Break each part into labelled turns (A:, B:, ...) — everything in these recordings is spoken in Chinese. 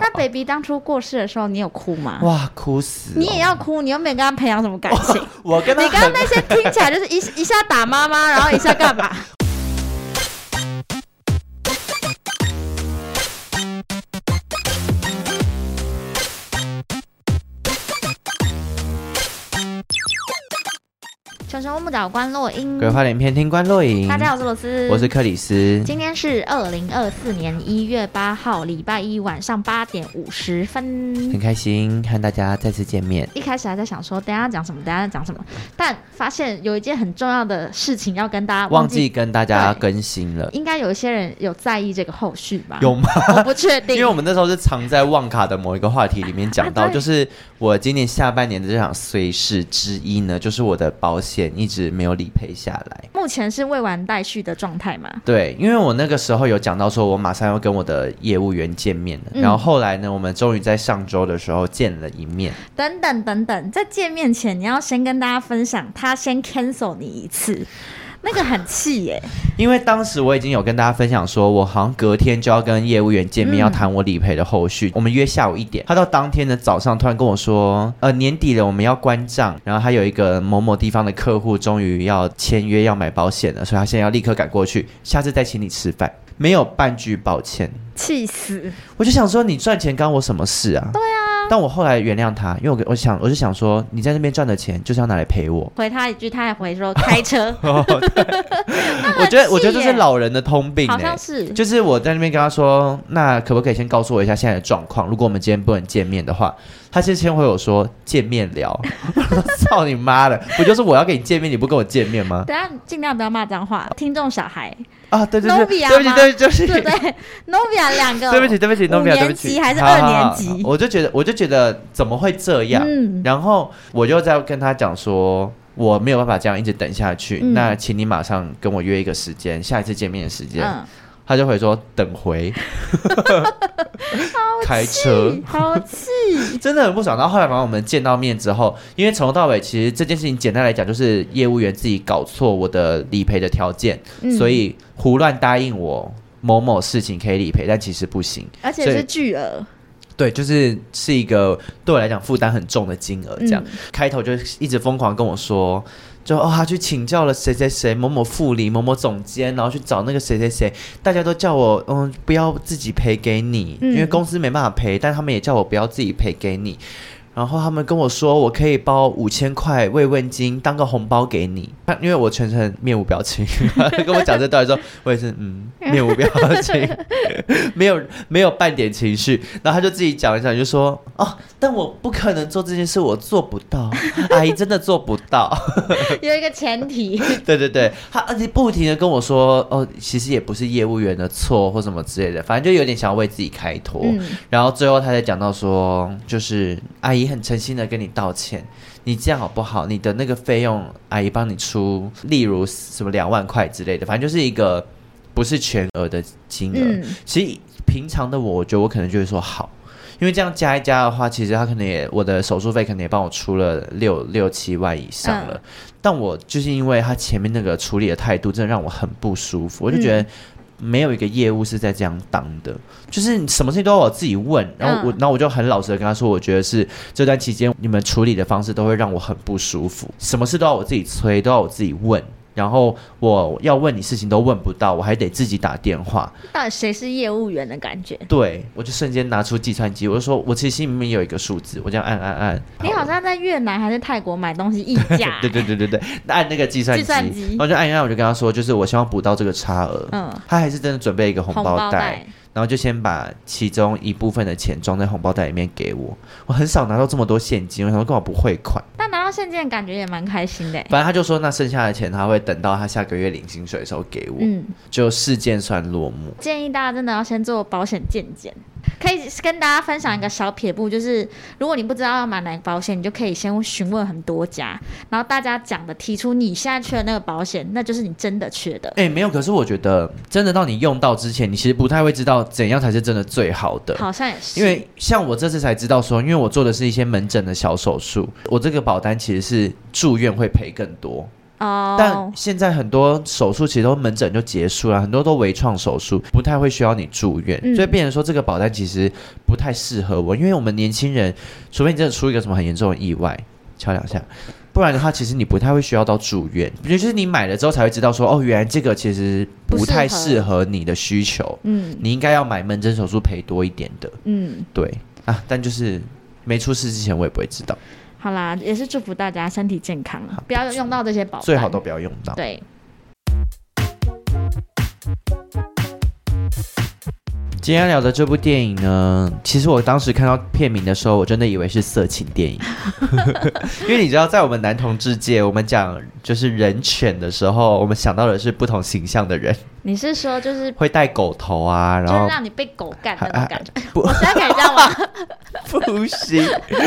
A: 那 baby 当初过世的时候，你有哭吗？
B: 哇，哭死、
A: 啊
B: 哦
A: 你也要哭，你又没有跟他培养什么感 情。
B: 我跟
A: 你
B: 他
A: 刚刚
B: 很
A: 那些听起来就是 一一下打妈妈，然后一下干嘛？熊熊木岛关洛音，
B: 鬼话连篇，听官落影。
A: 大家好，我是罗斯，
B: 我是克里斯。
A: 今天是二零二四年一月八号，礼拜一晚上八点五十分
B: 很。开心和大家再次见面。
A: 一开始还在想说，等一下讲什么，等一下讲什么，但发现有一件很重要的事情要跟大家
B: 忘
A: 记，
B: 记跟大家
A: 对
B: 更新了，
A: 应该有一些人有在意这个后续吧？
B: 有，吗？
A: 我不确定，
B: 因为我们那时候是藏在旺卡的某一个话题里面讲
A: 啊
B: 到，
A: 对
B: 就是我今年下半年的这场碎事之一呢，就是我的保险一直没有理赔下来。
A: 目前是未完待续的状态嘛。
B: 对，因为我那个时候有讲到说，我马上要跟我的业务员见面了。
A: 嗯
B: 然后后来呢，我们终于在上周的时候见了一面。
A: 等等等等，在见面前，你要先跟大家分享，他先 cancel 你一次，那个很气耶、
B: 因为当时我已经有跟大家分享说，我好像隔天就要跟业务员见面，
A: 嗯
B: 要谈我理赔的后续。我们约下午一点，他到当天的早上突然跟我说，呃，年底了，我们要关账，然后他有一个某某地方的客户终于要签约要买保险了，所以他现在要立刻赶过去，下次再请你吃饭，没有半句抱歉。
A: 气死！
B: 我就想说，你赚钱干我什么事啊？对啊。但我后来原谅他，因为我我想我就想说，你在那边赚的钱就是要拿来陪我。
A: 回他一句，他还回说开 车，
B: 哦 我觉得我觉得这
A: 气耶
B: 是老人的通病、欸，
A: 好像是。
B: 就是我在那边跟他说，那可不可以先告诉我一下现在的状况？如果我们今天不能见面的话，他先先回我说见面聊。 我说操你妈的，不就是我要跟你见面，你不跟我见面吗？
A: 等一下尽量不要骂脏话，听众小孩，
B: 啊，对对对，
A: Novia
B: 对不起
A: 吗
B: 对不
A: 对
B: 起对
A: 不
B: 不
A: 对
B: 起。
A: ？Novia 两个，
B: 对不起，对不起，
A: 五
B: Novia，对不
A: 年
B: 起，
A: 级还是
B: 好好
A: 二年
B: 好
A: 级
B: 我就觉得，我就觉得怎么会这样？
A: 嗯
B: 然后我就在跟他讲说，我没有办法这样一直等下去，
A: 嗯
B: 那请你马上跟我约一个时间，下一次见面的时间。
A: 嗯，
B: 他就会说等回，开车
A: 气，好气，
B: 真的很不爽。然后后来，反正我们见到面之后，因为从头到尾，其实这件事情简单来讲，就是业务员自己搞错我的理赔的条件，
A: 嗯
B: 所以胡乱答应我某某事情可以理赔，但其实不行。
A: 而且
B: 所以
A: 是巨额，
B: 对，就是是一个对我来讲负担很重的金额，这样、
A: 嗯
B: 开头就一直疯狂跟我说。就哦，他去请教了谁谁谁某某副理、某某总监，然后去找那个谁谁谁，大家都叫我嗯不要自己赔给你，
A: 嗯
B: 因为公司没办法赔，但他们也叫我不要自己赔给你。然后他们跟我说，我可以包五千块慰问金当个红包给你，他因为我全程面无表情， 他跟我讲这段的时候，我也是嗯面无表情，没有没有半点情绪，然后他就自己讲一讲，就说哦，但我不可能做这件事，我做不到，阿姨真的做不到。
A: 有一个前提，
B: 对对对，他而且不停的跟我说，哦，其实也不是业务员的错或什么之类的，反正就有点想要为自己开脱。
A: 嗯，
B: 然后最后他才讲到说，就是阿姨很诚心的跟你道歉，你这样好不好？你的那个费用，阿姨帮你出，例如什么两万块之类的，反正就是一个不是全额的金额。
A: 嗯
B: 其实平常的我，我觉得我可能就会说好。因为这样加一加的话，其实他可能也我的手术费可能也帮我出了六六七万以上了，
A: 嗯
B: 但我就是因为他前面那个处理的态度，真的让我很不舒服，我就觉得没有一个业务是在这样当的，就是你什么事情都要我自己问，然后我，
A: 嗯
B: 然后我就很老实的跟他说，我觉得是这段期间你们处理的方式都会让我很不舒服，什么事都要我自己催，都要我自己问，然后我要问你事情都问不到，我还得自己打电话，
A: 到底谁是业务员的感觉？
B: 对我就瞬间拿出计算机，我就说我其实心里面有一个数字，我这样按按按，
A: 你好
B: 了。，
A: 像在越南还是泰国买东西议价
B: 对对对对对，按那个计算
A: 计算机
B: 然后就按一按，我就跟他说，就是我希望补到这个差额。
A: 嗯
B: 他还是真的准备一个红
A: 红包
B: 袋，
A: 袋，
B: 然后就先把其中一部分的钱装在红包袋里面给我。我很少拿到这么多现金，我想说干嘛不汇款？
A: 但拿到现金的感觉也蛮开心的欸，
B: 反正他就说，那剩下的钱他会等到他下个月领薪水的时候给我。
A: 嗯。
B: 就事件算落幕。
A: 建议大家真的要先做保险健检。可以跟大家分享一个小撇步，就是如果你不知道要买哪个保险，你就可以先询问很多家，然后大家讲的提出你现在缺的那个保险，那就是你真的缺的。
B: 哎、没有，可是我觉得真的到你用到之前，你其实不太会知道怎样才是真的最好的。
A: 好像也是，
B: 因为像我这次才知道说，因为我做的是一些门诊的小手术，我这个保单其实是住院会赔更多。
A: 哦，
B: 但现在很多手术其实都门诊就结束了，很多都微创手术，不太会需要你住院，
A: 嗯
B: 所以变成说这个保单其实不太适合我，因为我们年轻人，除非你真的出一个什么很严重的意外，敲两下。不然的话，其实你不太会需要到住院，就是你买了之后才会知道说，哦，原来这个其实
A: 不
B: 不
A: 适
B: 太
A: 合
B: 适合你的需求，
A: 嗯
B: 你应该要买门诊手术赔多一点的，
A: 嗯，
B: 对啊。但就是没出事之前，我也不会知道，
A: 好啦，也是祝福大家身体健康啊
B: 好，
A: 不要用到这些保单，
B: 最好都不要用到。
A: 对。
B: 今天聊的这部电影呢，其实我当时看到片名的时候，我真的以为是色情电影， 因为你知道，在我们男同志界，我们讲就是人犬的时候，我们想到的是不同形象的人，
A: 你是说就是
B: 会戴狗头啊，然
A: 就是
B: 后啊
A: 让你被狗干的那种感觉？
B: 不
A: 我现在可以这样吗？
B: 不行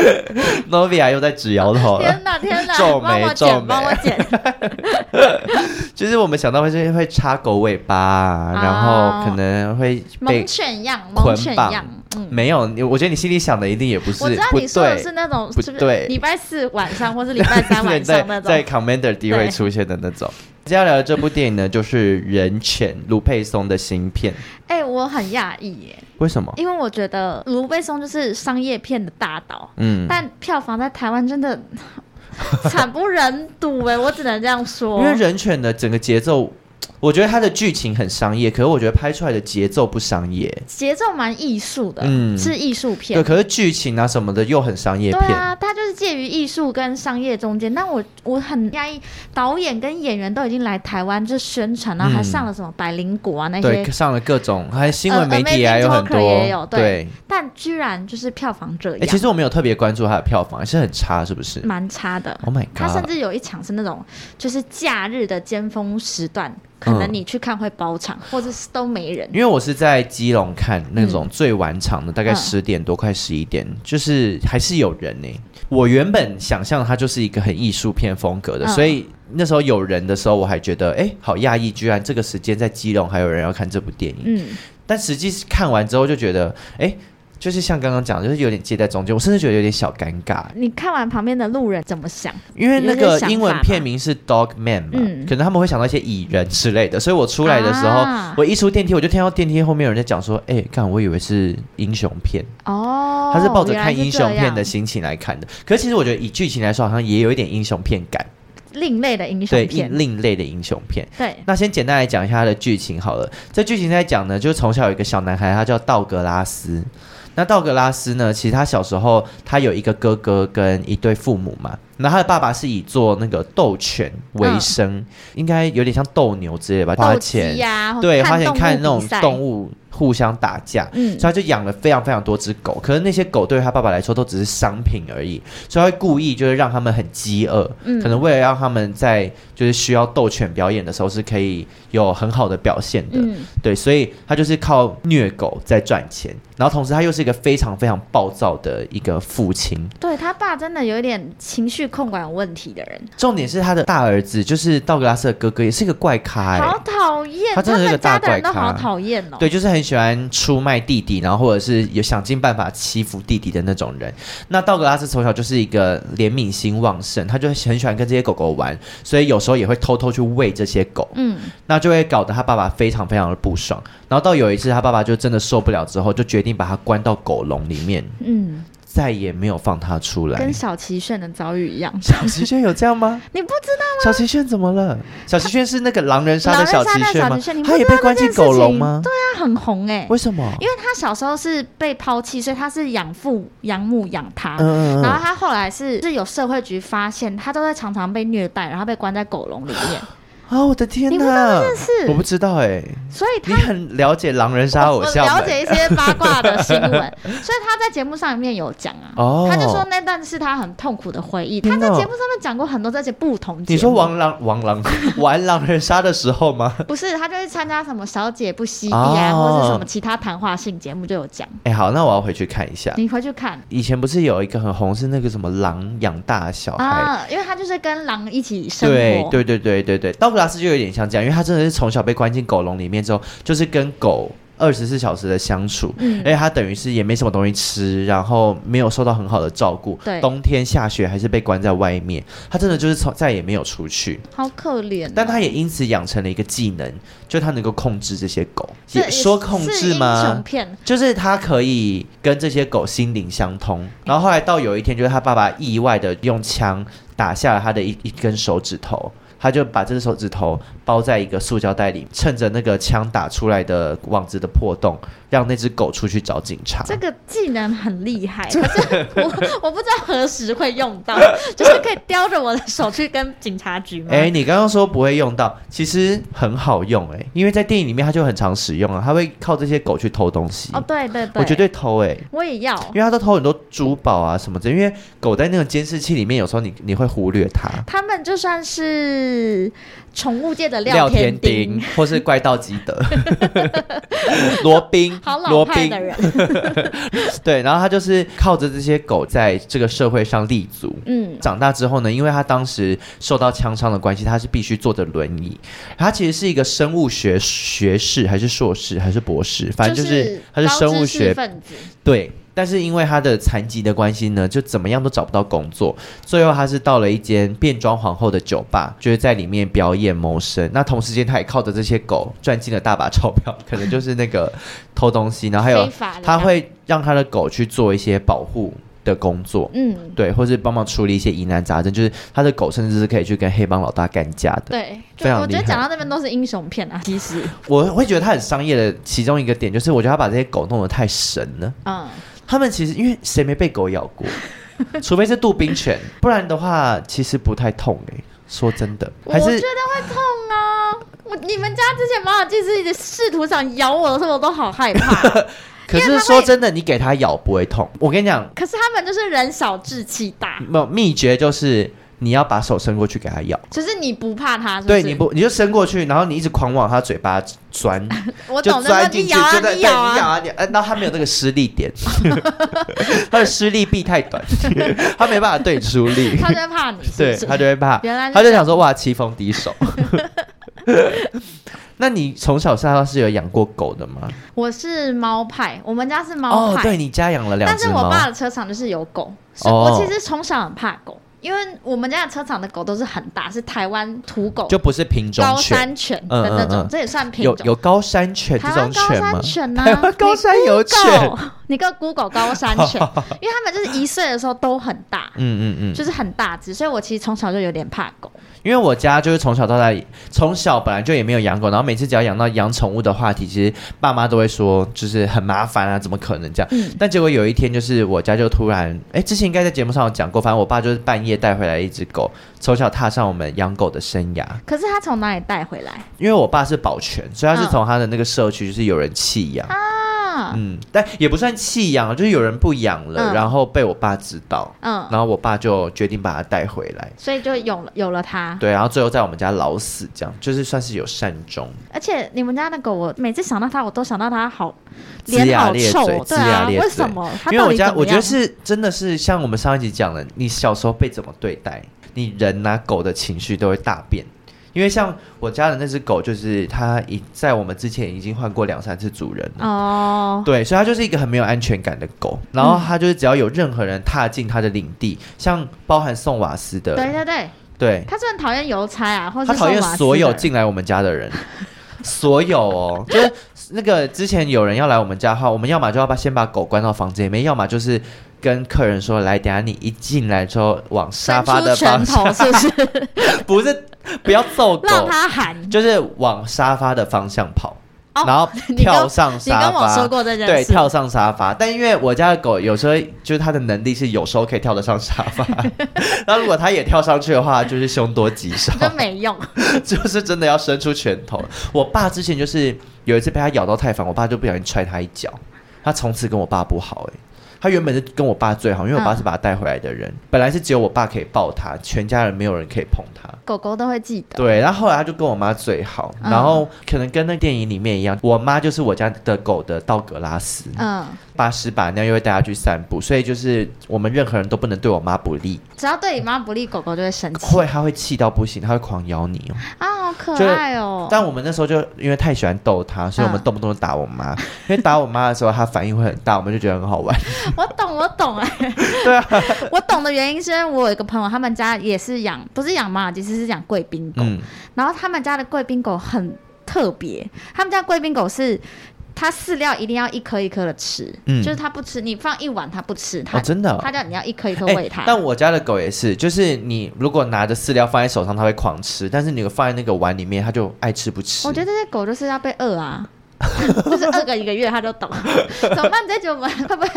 B: ，Novia 又在指摇头了
A: 天。哪天哪，
B: 皱眉
A: 帮我
B: 皱
A: 剪，
B: 眉
A: 帮我 剪。
B: 就是我们想到会是会插狗尾巴、啊，然后可能会被
A: 猛犬样，
B: 捆
A: 猛犬
B: 绑
A: 样，嗯。
B: 没有，你我觉得你心里想的一定也不是，
A: 我知道
B: 不
A: 你说的
B: 对
A: 是那种，
B: 不
A: 是不是
B: 对
A: 礼拜四晚上 或是礼拜三晚上那
B: 对在在
A: 种？
B: Commander D 位
A: 对
B: 出现的那种。接下来的这部电影呢，就是《人犬》，卢佩松的新片。
A: 哎，我很讶异耶，
B: 为什么？
A: 因为我觉得卢贝松就是商业片的大导，
B: 嗯，
A: 但票房在台湾真的惨不忍睹哎，我只能这样说。
B: 因为《人犬》的整个节奏，我觉得它的剧情很商业，可是我觉得拍出来的节奏不商业。
A: 节奏蛮艺术的，
B: 嗯
A: 是艺术
B: 对，
A: 片。
B: 可是剧情啊什么的又很商业
A: 对
B: 片。
A: 啊，它就是介于艺术跟商业中间。但我我很压抑，导演跟演员都已经来台湾就宣传，然后还
B: 嗯
A: 上了什么百灵果啊那些
B: 对，，上了各种，还有新闻媒体啊，
A: 呃，Amazing
B: 有很
A: Talker
B: 多。
A: 也有对
B: 对，
A: 但居然就是票房这
B: 哎，其
A: 样，
B: 实我没有特别关注它的票房，是很差，是不是
A: 蛮差的。
B: ？Oh my
A: 嗯它甚
B: god！
A: 至有一场是那种，就是假日的尖峰时段，可能
B: 嗯
A: 你去看会包场，或者是都没人。
B: 因为我是在基隆看那种最晚场的，大概
A: 嗯
B: 十点多，快十一点，就是还是有人呢、我原本想象它就是一个很艺术片风格的，
A: 嗯
B: 所以那时候有人的时候，我还觉得哎、诶好讶异，居然这个时间在基隆还有人要看这部电影。
A: 嗯，
B: 但实际看完之后就觉得，哎、就是像刚刚讲的，就是有点介在中间，我甚至觉得有点小尴尬，
A: 你看完旁边的路人怎么想？
B: 因为那
A: 有
B: 个
A: 些想法
B: 英文片名是 Dog Man 嘛，
A: 嗯
B: 可能他们会想到一些蚁人之类的，所以我出来的时候，
A: 啊
B: 我一出电梯，我就听到电梯后面有人在讲说：“哎、干，我以为是英雄片，
A: 哦，
B: 他是抱着
A: 原来
B: 看
A: 是
B: 英雄
A: 这
B: 片的
A: 样
B: 心情来看的。可是其实我觉得以剧情来说，好像也有一点英雄片感，
A: 另类的英雄
B: 对，
A: 片
B: 另，另类的英雄片。
A: 对，
B: 那先简单来讲一下它的剧情好了。这剧情在讲呢，就是从小有一个小男孩，他叫道格拉斯。那道格拉斯呢，其实他小时候他有一个哥哥跟一对父母嘛。那他的爸爸是以做那个斗犬为生，应该有点像斗牛之类吧，
A: 嗯
B: 花
A: 斗
B: 钱
A: 鸡呀，
B: 对
A: 哦看
B: 花钱看那
A: 动物
B: 种
A: 比赛
B: 动，物互相打架。
A: 嗯
B: 所以他就养了非常非常多只狗，可是那些狗对于他爸爸来说都只是商品而已，所以他会故意就是让他们很饥饿，
A: 嗯
B: 可能为了让他们在就是需要斗犬表演的时候是可以有很好的表现的，
A: 嗯，
B: 对，所以他就是靠虐狗在赚钱，然后同时他又是一个非常非常暴躁的一个父亲，
A: 对他爸真的有一点情绪控管有问题的人，
B: 重点是他的大儿子就是道格拉斯的哥哥也是一个怪咖、欸，
A: 好讨厌，
B: 他真的是个
A: 们
B: 大
A: 家的人
B: 怪
A: 都好
B: 咖
A: 讨厌哦。
B: 对，就是很喜欢出卖弟弟，然后或者是有想尽办法欺负弟弟的那种人。那道格拉斯从小就是一个怜悯心旺盛，他就很喜欢跟这些狗狗玩，所以有时候也会偷偷去喂这些狗，
A: 嗯，
B: 那就会搞得他爸爸非常非常的不爽。然后到有一次他爸爸就真的受不了之后，就决定把他关到狗笼里面，
A: 嗯，
B: 再也没有放他出来
A: 跟。小齐炫的遭遇一样，
B: 小齐炫有这样 吗？
A: 你不知道
B: 小齐炫怎么了？小齐炫是那个狼人杀的
A: 狼人
B: 小
A: 杀
B: 齐
A: 那
B: 炫
A: 小
B: 吗
A: 齐炫你？不
B: 他
A: 知
B: 也
A: 道
B: 被关
A: 这
B: 进
A: 件
B: 狗
A: 事
B: 笼
A: 情
B: 吗？
A: 他很红 哎、
B: 为什么？
A: 因为他小时候是被抛弃，所以他是养父养母养他。
B: 嗯嗯
A: 然后
B: 嗯，
A: 他后来是是有社会局发现，他都在常常被虐待，然后被关在狗笼里面。
B: 啊，我的天
A: 你不知
B: 哪！
A: 道这件事
B: 我不知道哎、
A: 所以
B: 你
A: 他
B: 很了解狼人杀偶
A: 我
B: 像
A: 了
B: 们
A: 解一些八卦的新 闻，所以他在节目上面有讲啊，
B: 哦
A: 他就说那段是他很痛苦的回忆。
B: 真
A: 他
B: 的
A: 在
B: 哦
A: 节目上面讲过很多这些不同节目。
B: 你说玩狼玩狼 玩狼人杀的时候吗？
A: 不是，他就是参加什么小姐不吸地啊，
B: 哦
A: 或者是什么其他谈话性节目就有讲。
B: 哎、好，那我要回去看一下。
A: 你回去看
B: 以前不是有一个很红是那个什么狼养大小孩？
A: 啊，因为他就是跟狼一起生活。
B: 对对对对对对，道格拉斯就有点像这样，因为他真的是从小被关进狗笼里面之后，就是跟狗二十四小时的相处，
A: 嗯
B: 而且他等于是也没什么东西吃，然后没有受到很好的照顾，
A: 对
B: 冬天下雪还是被关在外面，他真的就是从再也没有出去，
A: 好可怜哦。
B: 但他也因此养成了一个技能，就他能够控制这些狗，
A: 这
B: 也说控
A: 是
B: 制
A: 英
B: 吗
A: 雄？片
B: 就是他可以跟这些狗心灵相通，然后后来到有一天，就是他爸爸意外的用枪打下了他的一一根手指头，他就把这只手指头包在一个塑胶袋里，趁着那个枪打出来的网子的破洞，让那只狗出去找警察。
A: 这个技能很厉 害，可是我我不知道何时会用到，就是可以叼着我的手去跟警察局吗？
B: 哎、你刚刚说不会用到，其实很好用哎、因为在电影里面他就很常使用啊，他会靠这些狗去偷东西。
A: 哦，对对对，
B: 我绝对偷哎、
A: 我也要。
B: 因为他都偷很多珠宝啊什么的，因为狗在那个监视器里面，有时候你你会忽略它。
A: 他们就算是宠物界的
B: 廖
A: 天
B: 天丁，或是怪盗基 德、罗宾
A: 好、老
B: 罗
A: 派
B: 宾
A: 的，人，
B: 对，然后他就是靠着这些狗在这个社会上立足。
A: 嗯，
B: 长大之后呢，因为他当时受到枪伤的关系，他是必须坐着轮椅。他其实是一个生物学学士，还是硕士，还是博士， 反正就是他是
A: 高
B: 生物
A: 知识
B: 学
A: 分子，
B: 对。但是因为他的残疾的关系呢，就怎么样都找不到工作。最后，他是到了一间变装皇后的酒吧，就是在里面表演谋生。那同时间，他也靠着这些狗赚进了大把钞票，可能就是那个偷东西，然后还有
A: 非法的
B: 他会让他的狗去做一些保护的工作。
A: 嗯，
B: 对，或是帮忙处理一些疑难杂症，就是他的狗甚至是可以去跟黑帮老大干架的。
A: 对，就
B: 非常
A: 我觉得
B: 厉害
A: 讲到那边都是英雄片啊，其实，
B: 我会觉得他很商业的其中一个点，就是我觉得他把这些狗弄得太神了。
A: 嗯，
B: 他们其实因为谁没被狗咬 过，除非是杜宾犬，不然的话其实不太痛哎、说真的，
A: 我
B: 还
A: 觉得
B: 是
A: 会痛啊。我你们家之前马尔济斯一直试图想咬我的时候，我都好害怕。
B: 可
A: 因为
B: 是
A: 它会
B: 说真的，你给它咬不会痛。我跟你讲，
A: 可是他们就是人小志气大，
B: 没有秘诀就是你要把手伸过去给它咬。
A: 就是你不怕它，是不
B: 对，
A: 是？
B: 你不你就伸过去，然后你一直狂往它嘴巴钻，
A: 我
B: 就
A: 懂得
B: 钻
A: 你
B: 进去，
A: 咬啊，
B: 就在对你
A: 咬
B: 咬
A: 啊，
B: 啊，你呃，然后它没有那个施力点， 它的施力臂 太短，它没办法对你出力，
A: 它就会怕你，是
B: 对
A: 不是
B: 它就会怕。
A: 原来
B: 他
A: 是
B: 就想说哇，棋逢敌手。 那你从小到大是有养过狗的吗？
A: 我是猫派，我们家是猫
B: 哦，
A: 派，
B: 对你家养了两
A: 但
B: 只
A: 是我
B: 猫，
A: 爸的车场就是有狗，所以
B: 哦
A: 我其实从小很怕狗，因为我们家的车场的狗都是很大，是台湾土狗、
B: 就不是品种
A: 高
B: 犬，
A: 山犬的那种，
B: 嗯嗯嗯
A: 这也算品
B: 有
A: 种。
B: 有高山犬这
A: 台湾
B: 种
A: 高
B: 犬
A: 山
B: 吗？
A: 犬呐、
B: 台湾高山有犬，
A: 狗，你个 Google 高山 犬，因为他们就是一岁的时候都很大，
B: 嗯嗯嗯，
A: 就是很大只，所以我其实从小就有点怕狗。
B: 因为我家就是从小到大，从小本来就也没有养狗，然后每次只要养到养宠物的话题，其实爸妈都会说就是很麻烦啊，怎么可能这样？
A: 嗯
B: 但结果有一天，就是我家就突然，哎，之前应该在节目上有讲过，反正我爸就是半夜带回来一只狗，从小踏上我们养狗的生涯。
A: 可是它从哪里带回来
B: 因为我爸是保全，所以他是
A: 嗯
B: 从他的那个社区就是有人弃养，
A: 啊？
B: 嗯，但也不算弃养，就是有人不养了，
A: 嗯
B: 然后被我爸知道，
A: 嗯，
B: 然后我爸就决定把它带回来。
A: 所以就有了有了它。
B: 对，然后最后在我们家老死，这样就是算是有善终。
A: 而且你们家那狗，我每次想到它，我都想到它好
B: 龇牙
A: 脸好
B: 咧
A: 臭
B: 嘴
A: 哦，对
B: 龇
A: 啊，
B: 牙咧
A: 为
B: 嘴
A: 什么？它
B: 因为
A: 到
B: 我
A: 底
B: 家
A: 怎
B: 我
A: 么
B: 觉得
A: 样？
B: 是真的是像我们上一集讲的，你小时候被怎么对待，你人啊狗的情绪都会大变。因为像我家的那只狗，就是它已在我们之前已经换过两三次主人了。
A: 哦，嗯
B: 对，所以它就是一个很没有安全感的狗。然后它就是只要有任何人踏进它的领地，像包含送瓦斯的，
A: 对对对，
B: 对，
A: 它是很讨厌邮差啊，或
B: 他
A: 是
B: 讨
A: 送
B: 厌
A: 瓦斯
B: 所
A: 的
B: 有
A: 人
B: 进来我们家的人，所有哦，就是那个之前有人要来我们家的话，我们要么就要把先把狗关到房间里面，要么就是跟客人说，来，等下你一进来之后往沙
A: 伸
B: 发
A: 出
B: 的
A: 拳
B: 方向，
A: 头，是不 是
B: 不是不要揍
A: 让
B: 狗，
A: 它喊？
B: 就是往沙发的方向跑，
A: 哦
B: 然后
A: 你跟
B: 跳上
A: 你
B: 沙
A: 跟我说
B: 发。
A: 过这件
B: 对，
A: 事，
B: 跳上沙发，但因为我家的狗有时候就是它的能力是有时候可以跳得上沙发， 然后如果它也跳上去的话，就是凶多吉少。
A: 真没用。
B: 就是真的要伸出拳头。我爸之前就是有一次被他咬到太烦，我爸就不小心踹他一脚，他从此跟我爸不好、欸。他原本是跟我爸最好，因为我爸
A: 嗯
B: 是把他带回来的人，本来是只有我爸可以抱他，全家人没有人可以碰他。
A: 狗狗都会记得。
B: 对，然后后来他就跟我妈最好，
A: 嗯
B: 然后可能跟那电影里面一样，我妈就是我家的狗的道格拉斯，
A: 嗯，
B: 把屎把尿又会带它去散步，所以就是我们任何人都不能对我妈不利，
A: 只要对你妈不利，狗狗就会生气
B: 会她会气到不行，她会狂咬你哦。
A: 啊，好可
B: 就
A: 爱哦。
B: 但我们那时候就因为太喜欢逗她，所以我们
A: 嗯
B: 动不动就打我 妈，因为打我妈的时候她反应会很大，我们就觉得很好玩。
A: 我懂，我懂哎、
B: 对
A: 啊， 我懂的原因是因为我有一个朋友，他们家也是养，不是养马尔济斯，是养贵宾狗。
B: 嗯，
A: 然后他们家的贵宾狗很特别，他们家贵宾狗是它饲料一定要一颗一颗的吃，
B: 嗯
A: 就是它不吃，你放一碗它不吃，它、
B: 哦，真的哦、
A: 它叫你要一颗一颗
B: 哎
A: 喂它。
B: 但我家的狗也是，就是你如果拿着饲料放在手上，它会狂吃；但是你放在那个碗里面，它就爱吃不吃。
A: 我觉得这些狗就是要被饿啊。 就是饿个一个月，它就 懂。怎么办？这觉得我们会不会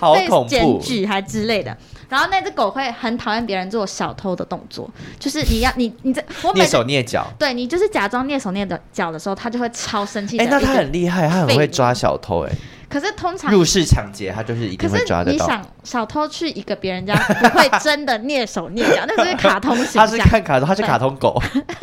B: 好
A: 被
B: 恐
A: 检
B: 怖，
A: 举还之类的？然后那只狗会很讨厌别人做小偷的动作，就是你要你你这我每
B: 蹑
A: 次
B: 手蹑脚。
A: 对你就是假装蹑手蹑的脚的时候，它就会超生气的
B: 哎、
A: 一个。
B: 那它很厉害，它很会抓小偷、
A: 可是通常
B: 哎，入室抢劫，它就是一
A: 可
B: 定会抓
A: 是
B: 得
A: 你
B: 到。
A: 想小偷去一个别人家，不会真的蹑手蹑脚，那是卡通形
B: 它是
A: 象，
B: 看卡通，它是卡通狗。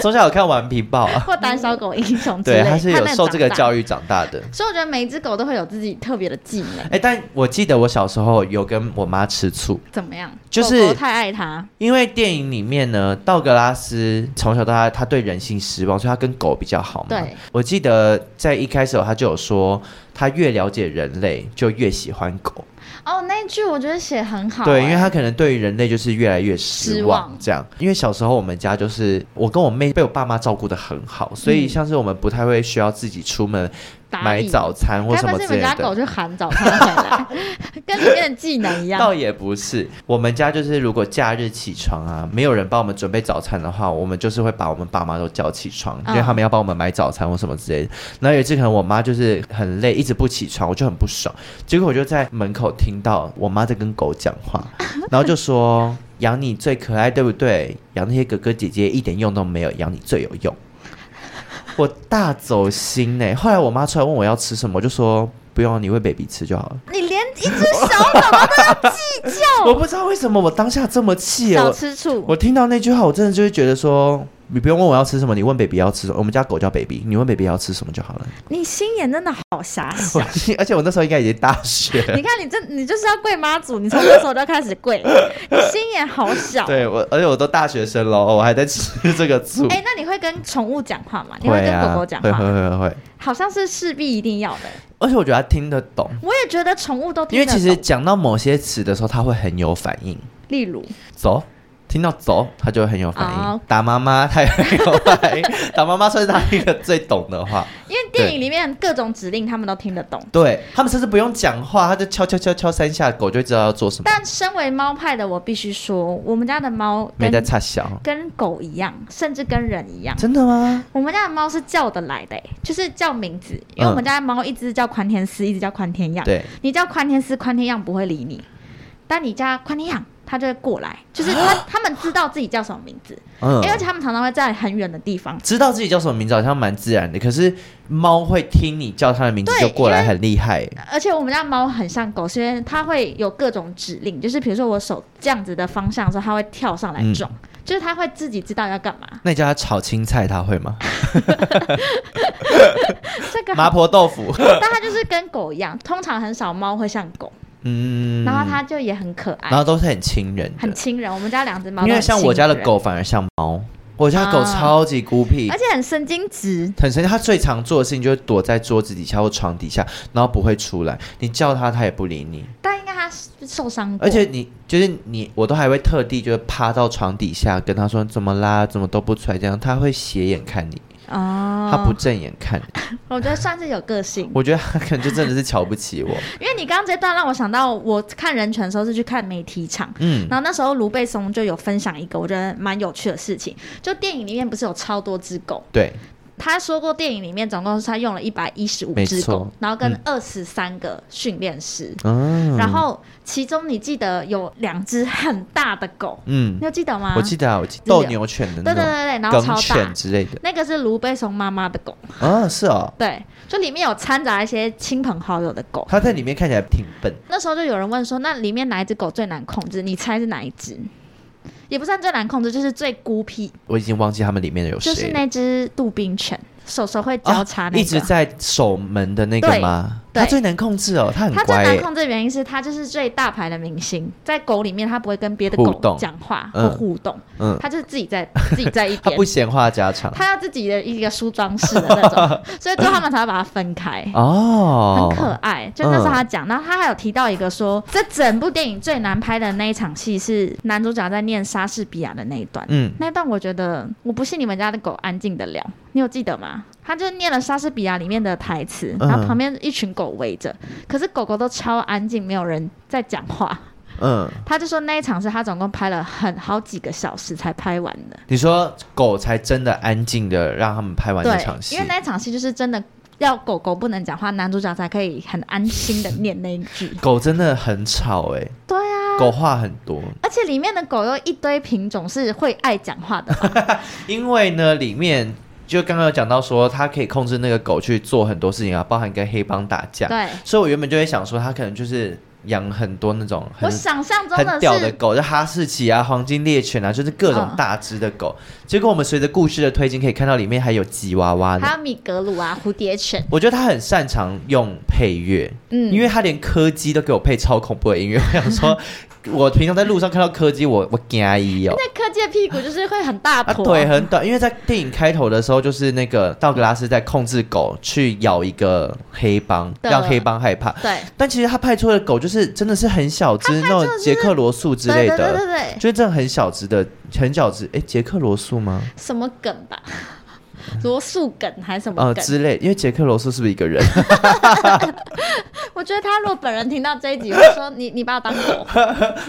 B: 从小有看《顽皮豹》啊，
A: 或胆小狗英雄之类
B: 对，
A: 的。
B: 它是有受这个
A: 育，
B: 教育长大的。
A: 所以我觉得每一只狗都会有自己特别的技能
B: 哎、。但我记得我小时候有跟我妈吃醋，
A: 怎么样？
B: 就是
A: 狗狗太爱它，
B: 因为电影里面呢，道格拉斯从小到大他对人性失望，所以他跟狗比较好嘛。
A: 对，
B: 我记得在一开始他就有说，他越了解人类就越喜欢狗，
A: 哦，那一句我觉得写很好、
B: 对，因为
A: 哎
B: 他可能对于人类就是越来越失望
A: 失望
B: 这样。因为小时候我们家就是我跟我妹被我爸妈照顾的很好，所以像是我们不太会需要自己出门
A: 嗯打
B: 买
A: 理
B: 早餐或
A: 该
B: 什
A: 不
B: 么
A: 会是
B: 之
A: 你们
B: 类
A: 家
B: 的
A: 狗。去喊早餐回 来，跟里面的技能一样？
B: 倒也不是，我们家就是如果假日起床啊，没有人帮我们准备早餐的话，我们就是会把我们爸妈都叫起床，因为
A: 嗯
B: 他们要帮我们买早餐或什么之类的。然后有一次可能我妈就是很累，一直不起床，我就很不爽。结果我就在门口听到我妈在跟狗讲话， 然后就说：“养你最可爱，对不对？养那些哥哥姐姐一点用都没有，养你最有用。”我大走心呢、欸后来我妈出来问我要吃什么，我就说不用，你喂 baby 吃就好了。
A: 你连一只小狗都要计
B: 我
A: 较，
B: 不知道为什么我当下这么气耶，
A: 小
B: 我
A: 吃醋。
B: 我听到那句话，我真的就会觉得说，你不用问我要吃什么，你问 baby 要吃什么。我们家狗叫 baby，你问 baby 要吃什么就 好了。
A: 你心眼真的好狭小。
B: 我而且我 那时候应该已经大学 了，
A: 你看，你这你就是要跪妈祖，你从那时候就开始跪，你心眼好小。
B: 对我，而且我都大学生了，我还在吃这个醋。
A: 哎、那你会跟宠物讲话吗？你
B: 会
A: 跟
B: 啊，
A: 狗狗讲
B: 会
A: 话？
B: 会会会。
A: 好像是势必一定要的。
B: 而且我觉得它听得懂，
A: 我也觉得宠物都听
B: 因为
A: 得懂。
B: 其实讲到某些词的时候，它会很有反应。
A: 例如，
B: 走，听到走，它就会很有反应。
A: 哦
B: 打妈妈，它也很有 反应。打妈妈算是它一个最懂的话。
A: 因为电影里面各种指令他们都听得懂，
B: 对他们甚至不用讲话，他就敲敲敲敲三下，狗就知道要做什么，
A: 但身为猫派的我必须说，我们家的猫
B: 没
A: 跟
B: 在差小。
A: 跟狗一样，甚至跟人一样。
B: 真的吗？
A: 我们家的猫是叫得来的、欸就是叫名字，因为
B: 嗯
A: 我们家的猫一只叫宽天丝，一只叫宽天样。
B: 对，
A: 你叫宽天丝，宽天样不会理你，但你叫宽天样，它就会过来。就是它，他们知道自己叫什么名字，
B: 啊嗯
A: 因，为而且他们常常会在很远的地方。
B: 知道自己叫什么名字好像蛮自然的，可是猫会听你叫它的名字
A: 对
B: 就过来，
A: 因为
B: 很厉害。
A: 而且我们家的猫很像狗，是因为它会有各种指令，就是比如说我手这样子的方向的时候，它会跳上来撞，
B: 嗯
A: 就是它会自己知道要干嘛。
B: 那你叫它炒青菜，它会吗？
A: 这个
B: 麻
A: 好，
B: 婆豆 腐，
A: 但它就是跟狗一样，通常很少猫会像狗，
B: 嗯，
A: 然后它就也很可爱
B: 然。后都是很亲人
A: 很
B: 的，
A: 亲人。我们家两只猫，
B: 因为像我家的，狗反而像猫，我家的狗
A: 啊
B: 超级孤僻
A: 而。且很神经质。
B: 很神奇，它最常做的事情就是躲在桌子底下或床底下，然后不会出来。你叫它，它也不理你。
A: 但应该它受伤过，
B: 而且你就是你，我都还会特地就是趴到床底下跟他说怎么啦，怎么都不出来这样，他会斜眼看你，
A: 哦，
B: 他不正眼看你，
A: 我觉得算是有个性。
B: 我觉得他可能就真的是瞧不 起我。
A: 因为你刚刚这段让我想到，我看人权的时候是去看媒体场。
B: 嗯，
A: 然后那时候卢贝松就有分享一个我觉得蛮有趣的事情，就电影里面不是有超多只狗，
B: 对，
A: 他说过，电影里面总共是他用了一百一十五
B: 没
A: 只狗
B: 错，
A: 然后跟
B: 嗯
A: 二十三个训练师，
B: 嗯，
A: 然后其中你记得有两只很大的狗，
B: 嗯
A: 你，有记得吗？
B: 我记得啊，我记
A: 这个
B: 斗牛犬的
A: 对
B: 那
A: 对
B: 种
A: 对对，然后超
B: 梗
A: 大
B: 犬，之类的
A: 那个是卢贝松妈妈的狗，
B: 啊，是哦，
A: 对，就里面有掺杂一些亲朋好友的狗。
B: 它在里面看起来挺笨，
A: 那时候就有人问说，那里面哪一只狗最难控制？你猜是哪一只？也不算最难控制，就是最孤僻，
B: 我已经忘记他们里面的有谁
A: 就
B: 了，
A: 是那只杜宾犬，手手会交叉那个。
B: 啊一直在守门的那个吗？
A: 对对
B: 它最难控制哦，它很
A: 它最
B: 乖
A: 难
B: 耶，
A: 控制的原因是它就是最大牌的明星，在狗里面它不会跟别的
B: 互
A: 狗
B: 动
A: 讲话或
B: 嗯
A: 互动，
B: 嗯，
A: 它就是自己在自己 在一
B: 它
A: 边
B: 不，闲话家常
A: 它要自己的一个梳妆室的那种，所以最后他们才会把它分开。
B: 哦，
A: 很可爱，就那时候他讲，然后他还有提到一个说，这整部电影最难拍的那一场戏是男主角在念莎士比亚的那一段，
B: 嗯，
A: 那段我觉得我不信你们家的狗安静得了，你有记得吗？他就念了莎士比亚里面的台词，
B: 嗯
A: 然后旁边一群狗围着，可是狗狗都超安静，没有人在讲话。
B: 嗯，
A: 他就说那一场是他总共拍了很好几个小时才拍完的，
B: 你说狗才真的安静的让他们拍完那
A: 对
B: 场，戏
A: 因为，那一场戏就是真的要狗狗不能讲话，男主角才可以很安心的念那一句。
B: 狗真的很吵哎，
A: 对啊，
B: 狗话很多，
A: 而且里面的狗又一堆品种是会爱讲话的嘛，
B: 因为呢里面。就刚刚有讲到说，它可以控制那个狗去做很多事情啊，包含跟黑帮打架。
A: 对。
B: 所以我原本就会想说，它可能就是养很多那种很
A: 我想象中
B: 很
A: 的
B: 屌的
A: 是，
B: 狗，就哈士奇啊、黄金猎犬啊，就是各种
A: 嗯
B: 大只的狗。结果我们随着故事的推进，可以看到里面还有吉娃娃呢
A: 还。有米格鲁啊、蝴蝶犬，
B: 我觉得他很擅长用配乐，
A: 嗯，
B: 因为他连柯基都给我配超恐怖的音乐。我 想说，我平常在路上看到柯基，我我惊一哦。
A: 那柯基的屁股就是会很大
B: 啊，
A: 坨、
B: 腿很短，因为在电影开头的时候，就是那个道格拉斯在控制狗去咬一个黑帮，
A: 的
B: 让黑帮害怕。
A: 对
B: 但其实他派出的狗就是真的是很小只，那种捷克罗素之类的。
A: 对对对对对，
B: 就是这种很小只的，很小只，诶，捷克罗素吗？
A: 什么梗吧？罗素梗还是什么
B: 呃，
A: 梗？
B: 之类，因为捷克罗素是不是一个人？
A: 我觉得他如果本人听到这一集，会说你你把我当狗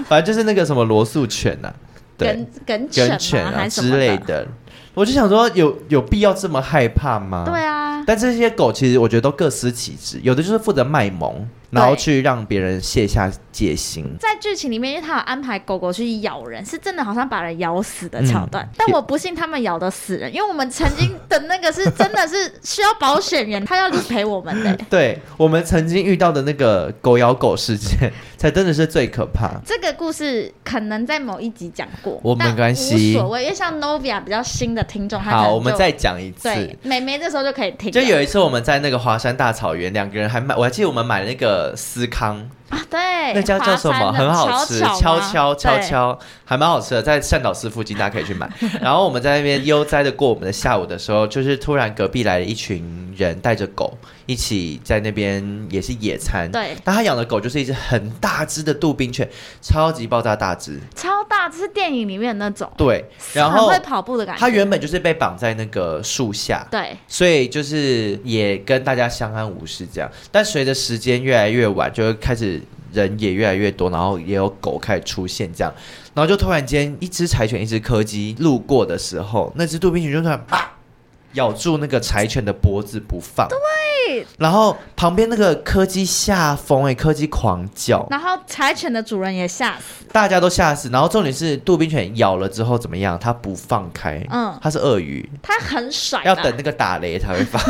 B: 反正就是那个什么罗素犬呐、啊，对，
A: 梗梗犬
B: 梗
A: 吗？
B: 犬啊
A: 还是什么
B: 之类
A: 的？
B: 的。我就想说有，有必要这么害怕吗？
A: 对。啊，
B: 但这些狗其实我觉得都各司其职，有的就是负责卖萌，然后
A: 对
B: 去让别人卸下戒心。
A: 在剧情里面，因为他有安排狗狗去咬人，是真的好像把人咬死的桥段。
B: 嗯
A: 但我不信他们咬的死人，因为我们曾经的那个是真的是需要保险员，他要理赔我们的、
B: 对我们曾经遇到的那个狗咬狗事件，才真的是最可怕。
A: 这个故事可能在某一集讲过，
B: 我没
A: 但
B: 关系
A: 无所谓，因为像 Novia 比较新的听众，他可能
B: 好，
A: 就
B: 我们再讲一次。
A: 对美眉这时候就可以听了，
B: 就有一次我们在那个华山大草原，两个人还买，我还记得我们买那个司康，
A: 啊，对，
B: 那家叫什么？
A: 华山的
B: 很好吃，
A: 巧
B: 悄
A: 吗
B: 悄悄
A: 对
B: 悄，还蛮好吃的，在善导寺附近，大家可以去 买。然后我们在那边悠哉的过我们的下午的时候，就是突然隔壁来了一群人，带着狗一起在那边也是野餐。
A: 对
B: 但他养的狗就是一只很大只的杜宾犬，超级爆炸大只。
A: 超大，这是电影里面的那种，
B: 对，然后
A: 很会跑步的感觉。
B: 它原本就是被绑在那个树下，
A: 对
B: 所以就是也跟大家相安无事这样。但随着时间越来越晚，就会开始人也越来越多，然后也有狗开始出现这样，然后就突然间一只柴犬、一只柯基路过的时候，那只杜宾犬就突然啪。咬住那个柴犬的脖子不放，对，然后旁边那个柯基吓疯哎，柯基狂叫，
A: 然后柴犬的主人也吓死，
B: 大家都吓死。然后重点是杜宾犬咬了之后怎么样？它不放开，
A: 嗯
B: 嗯，它是鳄鱼，
A: 他很甩吧，
B: 要等那个打雷才 会放，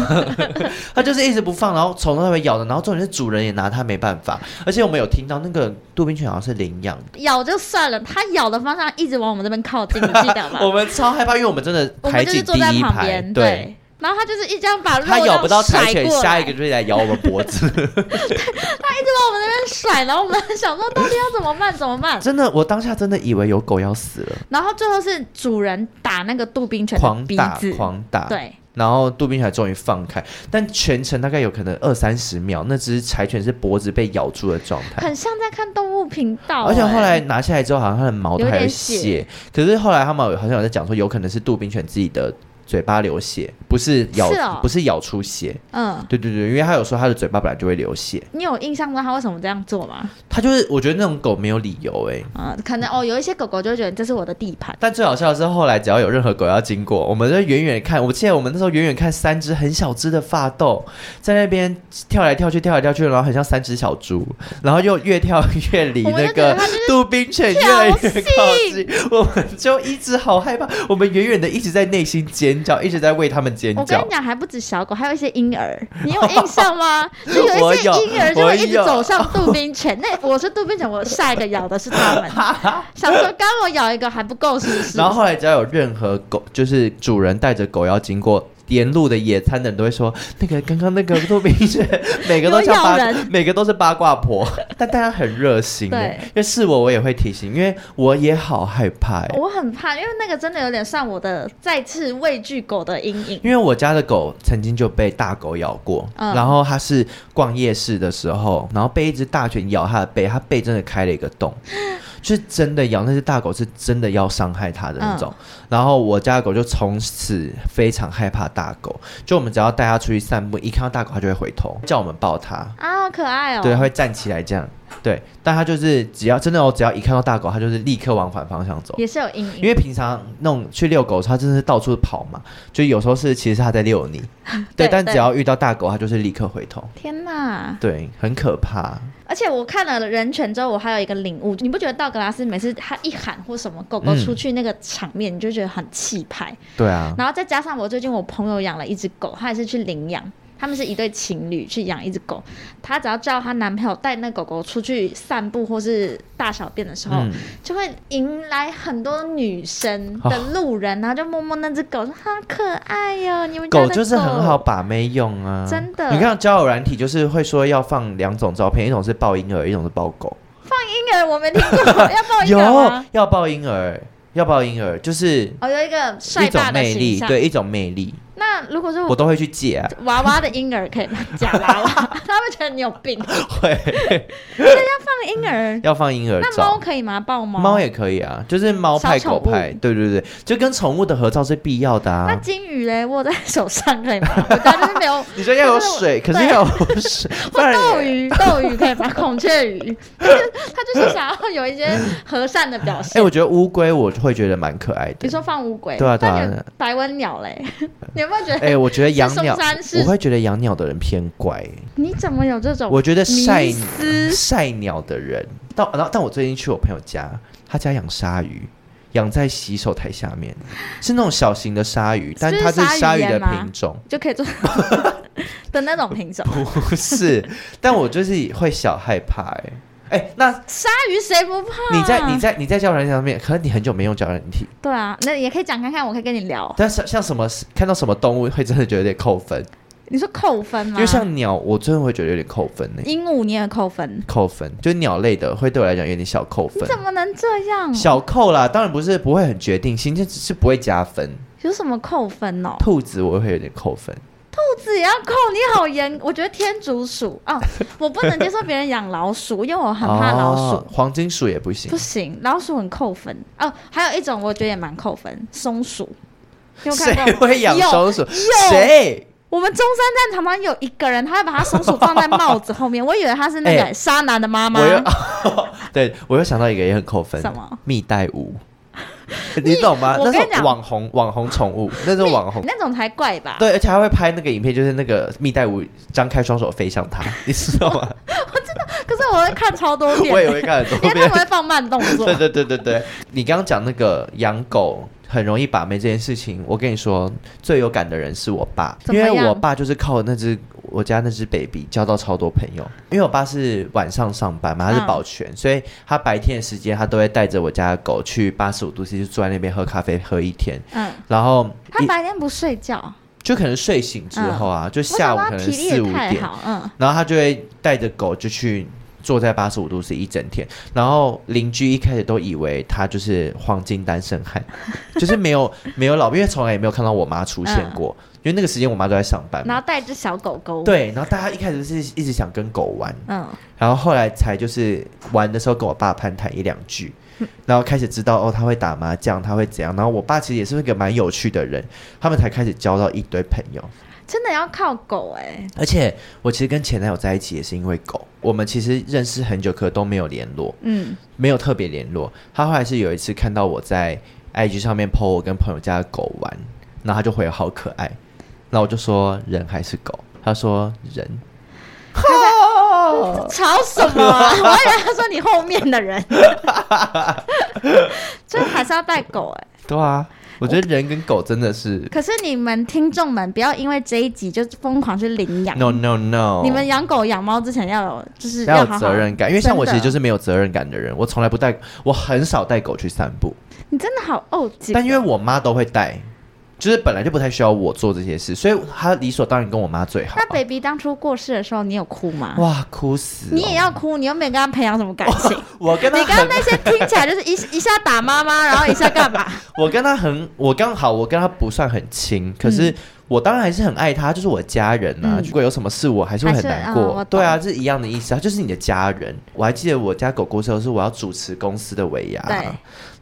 B: 它就是一直不放，然后从头到尾咬着，然后重点是主人也拿它没办法，而且我们有听到那个杜宾犬好像是领养的，
A: 咬就算了，它咬的方向一直往我们这边靠近，你记得吗？
B: 我们超害怕，因为我们真的
A: 我
B: 海
A: 们就是
B: 景
A: 坐
B: 第
A: 在
B: 一
A: 旁
B: 排
A: 边，，
B: 对。
A: 对。然后它就是一这样把肉
B: 它咬不到柴
A: 甩
B: 犬，
A: 过来
B: 下一个就会来咬我们 脖子。
A: 一直往我们那边甩，然后我们想说到底要怎么办？怎么办？
B: 真的，我当下真的以为有狗要死了，
A: 然后最后是主人打那个杜宾犬的
B: 狂
A: 鼻
B: 打
A: 子，
B: 狂打。
A: 对，
B: 然后杜宾犬终于放开，但全程大概有可能二三十秒，那只柴犬是脖子被咬住的状态。
A: 很像在看动物频道、
B: 而且后
A: 哎
B: 来拿下来之后，好像它的毛
A: 有
B: 都还
A: 点
B: 有
A: 血
B: 血。可是后来他们好像有在讲说，有可能是杜宾犬自己的嘴巴流血，不是咬，
A: 是哦
B: 不是咬出血。
A: 嗯，
B: 对对对，因为他有说他的嘴巴本来就会流血，
A: 你有印象中它为什么这样做吗？
B: 他就是我觉得那种狗没有理由哎、
A: 嗯，可能哦，有一些狗狗就会觉得这是我的地盘，
B: 但最好笑的是，后来只要有任何狗要经过，我们就远远看。我记得我们那时候远远看三只很小只的发豆在那边跳来跳去，跳来跳去，然后很像三只小猪，然后又越跳越离
A: 我们
B: 那
A: 就觉得
B: 个
A: 它就是
B: 杜宾犬越来越靠 近，我们就一直好害怕。我们远远的一直在内心尖叫，一直在为他们尖
A: 我跟
B: 叫
A: 你。讲，还不止小狗，还有一些婴儿，你有印象 吗？就有
B: 我
A: 一些
B: 有
A: 婴儿就
B: 我
A: 会一直
B: 有
A: 走上杜宾犬。那我是杜宾犬，我下一个咬的是他 们。想说刚我咬一个还不够，是不是？
B: 然后后来只要有任何狗，就是主人带着狗要经过。沿路的野餐的人都会说，那个刚刚那个杜宾犬，每个都像
A: 有咬
B: 八
A: 人，
B: 每个都是八卦婆， 但大家很热心
A: 对
B: 耶，因为是我我也会提醒，因为我也好害怕欸耶，
A: 我很怕，因为那个真的有点算我的再次畏惧狗的阴影。
B: 因为我家的狗曾经就被大狗咬过，
A: 嗯
B: 然后它是逛夜市的时候，然后被一只大犬咬它的背，它背真的开了一个 洞，就是真的咬那只大狗是真的要伤害它的那种。
A: 嗯
B: 然后我家的狗就从此非常害怕大狗，就我们只要带它出去散步，一看到大狗它就会回头叫我们抱它，
A: 啊，好可爱哦！
B: 对，它会站起来这样。对，但它就是只要真的我哦只要一看到大狗，它就是立刻往反方向走。
A: 也是有阴
B: 因
A: 影。
B: 为平常那种去遛狗的时候，它真的是到处跑嘛，就有时候是其实它在 遛你，
A: 对
B: 对，但
A: 对
B: 只要遇到大狗，它就是立刻回头，
A: 天哪！
B: 对，很可怕。
A: 而且我看了《人犬》之后，我还有一个领悟，你不觉得道格拉斯每次他一喊或什么狗狗
B: 嗯
A: 出去那个场面，你就觉得很气派？
B: 对啊，
A: 然后再加上我最近我朋友养了一只狗，她也是去领养，他们是一对情侣去养一只狗。她只要叫她男朋友带那狗狗出去散步或是大小便的时候，
B: 嗯，
A: 就会迎来很多女生的路人，然后就摸摸那只狗，说好可爱哟、你们家
B: 狗
A: 的
B: 就是很好。把妹用啊，
A: 真的
B: 你看交友软体就是会说要放两种照片，一种是抱婴儿，一种是抱狗。
A: 婴儿我没听过，要抱婴
B: 有
A: 儿吗？
B: 要抱婴儿，要抱婴儿，就是
A: 哦，有一个帅
B: 一种
A: 爸的
B: 魅
A: 形
B: 力，
A: 象。
B: 对，一种魅力，
A: 那如果是
B: 我都会去借啊，
A: 娃娃的婴儿可以吗？假娃 娃，他会觉得你有病。
B: 会
A: 放婴 儿，
B: 要放婴儿
A: 那
B: 照
A: 猫。可以吗？抱猫？
B: 猫也可以啊，就是猫派
A: 小宠
B: 狗派，对对对，就跟宠物的合照是必要的
A: 那
B: 啊。
A: 金鱼嘞，握在手上可以吗？ 我当然是没有。
B: 你说要有水，可
A: 对
B: 是要有水，不
A: 或
B: 然
A: 斗鱼，斗鱼可以吗？孔雀鱼， 就是他就是想要有一些和善的表
B: 哎，
A: 现。
B: 我觉得乌龟我会觉得蛮可爱
A: 你
B: 的。
A: 说放乌龟，
B: 对啊对啊
A: 那你白纹鸟嘞， 你有没有觉得？
B: 哎，我觉得 养
A: 是松
B: 鸟
A: 山，市
B: 我会觉得养鸟的人偏乖。
A: 你怎么有这种？
B: 我觉得晒
A: 迷思
B: 晒鸟的人，但然后但我最近去我朋友家，他家养鲨鱼。养在洗手台下面，是那种小型的鲨鱼，但
A: 是
B: 它是
A: 鲨
B: 鲨
A: 鱼
B: 鱼的
A: 园吗
B: 品种，
A: 就可以做 的那种品种。
B: 不是。但我就是会小害怕、欸，哎、那
A: 鲨鱼谁不怕？
B: 你在你在你在交友软件上面，可能你很久没用交友软体，
A: 对啊，那也可以讲看看，我可以跟你聊。
B: 但像像什么看到什么动物会真的觉得有点扣分，
A: 你说扣分
B: 因
A: 吗？
B: 为像鸟，我真的会觉得有点扣分呢、
A: 鹦鹉你也扣分，
B: 扣分就是鸟类的，会对我来讲有点小扣
A: 你
B: 分，
A: 怎么能这样？嗯
B: 小扣啦，当然不是不会很决定性，就只是不会加分。
A: 有什么扣分哦？
B: 兔子我会有点扣分，
A: 兔子也要扣，你好严。我觉得天竺鼠哦，我不能接受别人养老 鼠，因为我很怕老鼠。
B: 哦黄金鼠也不行
A: 不。行，老鼠很扣分哦。还有一种我觉得也蛮扣分，松鼠。你有看
B: 谁
A: 过？
B: 会养
A: 有
B: 松鼠？谁？
A: 我们中山站常常有一个人，他会把他松鼠放在帽子 后面，我以为他是那
B: 哎
A: 个沙男的妈妈
B: 我。又 对我又想到一个也很扣分，
A: 什么？
B: 蜜 袋鼯，你懂吗？
A: 我
B: 那
A: 跟你
B: 是
A: 讲
B: 网红网红宠物，那是网红。
A: 那种才怪吧？
B: 对，而且还会拍那个影片，就是那个蜜袋鼯张开双手飞向他，你知道 吗？
A: 可是我会看超多遍，
B: 我也会看很
A: 因为
B: 多
A: 他
B: 遍
A: 们。会放慢动作
B: 对。对对对对，你刚刚讲那个养狗很容易把妹这件事情，我跟你说，最有感的人是我爸，
A: 怎
B: 因
A: 么
B: 为我
A: 样
B: 爸就是靠那只我家那只 baby 交到超多朋友。因为我爸是晚上上班嘛，他是
A: 嗯
B: 保全，所以他白天的时间他都会带着我家的狗去八十五度 C 就坐在那边喝咖啡喝一天，
A: 嗯，
B: 然后
A: 他
B: 一
A: 白天不睡觉，
B: 就可能睡醒之后啊，就
A: 我想
B: 下午
A: 说
B: 可
A: 他
B: 能
A: 体力也
B: 四五
A: 太
B: 点。
A: 好。嗯，
B: 然后他就会带着狗就去坐在八十五度 C 一整天，然后邻居一开始都以为他 就是黄金单身汉，就是没有没有老，因为从来也没有看到我妈出现过，因为那个时间我妈都在上班嘛。
A: 然后带一只小狗狗，，
B: 嗯对，然后大家一开始是一直想跟狗玩，
A: 嗯，
B: 然后后来才就是玩的时候跟我爸攀谈一两句，然后开始知道哦，他会打麻将，他会怎样。然后我爸其实也是一个蛮有趣的人，他们才开始交到一堆朋友。
A: 真的要靠狗哎、
B: 而且我其实跟前男友在一起也是因为狗，我们其实认识很久，可都没有联络，
A: 嗯，
B: 没有特别联络。他后来是有一次看到我在 IG 上面 po 我跟朋友家的狗玩，然后他就回我好可爱，然后我就说人还是狗，他说 人。哦
A: 吵什么 啊、我以为他说你后面的人，所以还是要带狗哎、
B: 对啊，我觉得人跟狗真的是
A: 可是你们听众们不要因为这一集就疯狂去领养
B: no no no，
A: 你们养狗养猫之前要有就是
B: 要
A: 好
B: 有
A: 好
B: 责任感，因为像我其实就是是没有责任感的人，我从来不带，我很少带狗去散步，
A: 你真的好哦，
B: 但因为我妈都会带，就是本来就不太需要我做这些事，所以她理所当然跟我妈最好
A: 那。baby 当初过世的时候，你有哭吗？
B: 哇，哭死、哦！
A: 你也要哭，你又没有跟他培养什么感 情。
B: 我跟
A: 你
B: 她
A: 刚刚
B: 很，
A: 那些听起来就是一一下打妈妈，然后一下干嘛？
B: 我跟她很，我刚好我跟她不算很亲，可是我当然还是很爱她，就是我的家人啊。
A: 嗯
B: 如果有什么事，我还是会很难
A: 还是嗯
B: 过。
A: 我懂
B: 对啊，这一样的意思，她就是你的家人。我还记得我家狗狗的时候，是我要主持公司的尾牙，
A: 对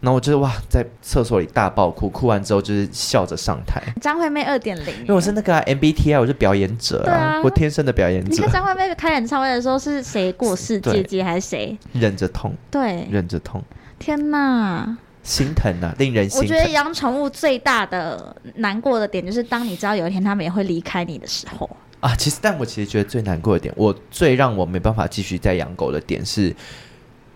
B: 然后我就是哇，在厕所里大爆哭，哭完之后就是笑着上台，
A: 张惠妹二点
B: 因为我
A: 零。
B: 是那个啊、MBTI，我是表演者
A: 对啊
B: 我天生的表演
A: 你
B: 者
A: 看，张惠妹开演唱会的时候是谁过世？
B: 对
A: 姐姐还是谁？
B: 忍着痛，
A: 对，
B: 忍着痛，
A: 天哪！
B: 心疼啊，令人
A: 我
B: 心
A: 觉得
B: 疼。
A: 养宠物最大的难过的点就是，当你知道有一天它们也会离开你的时候，
B: 啊，其实，但我其实觉得最难过的点，我最让我没办法继续再养狗的点是，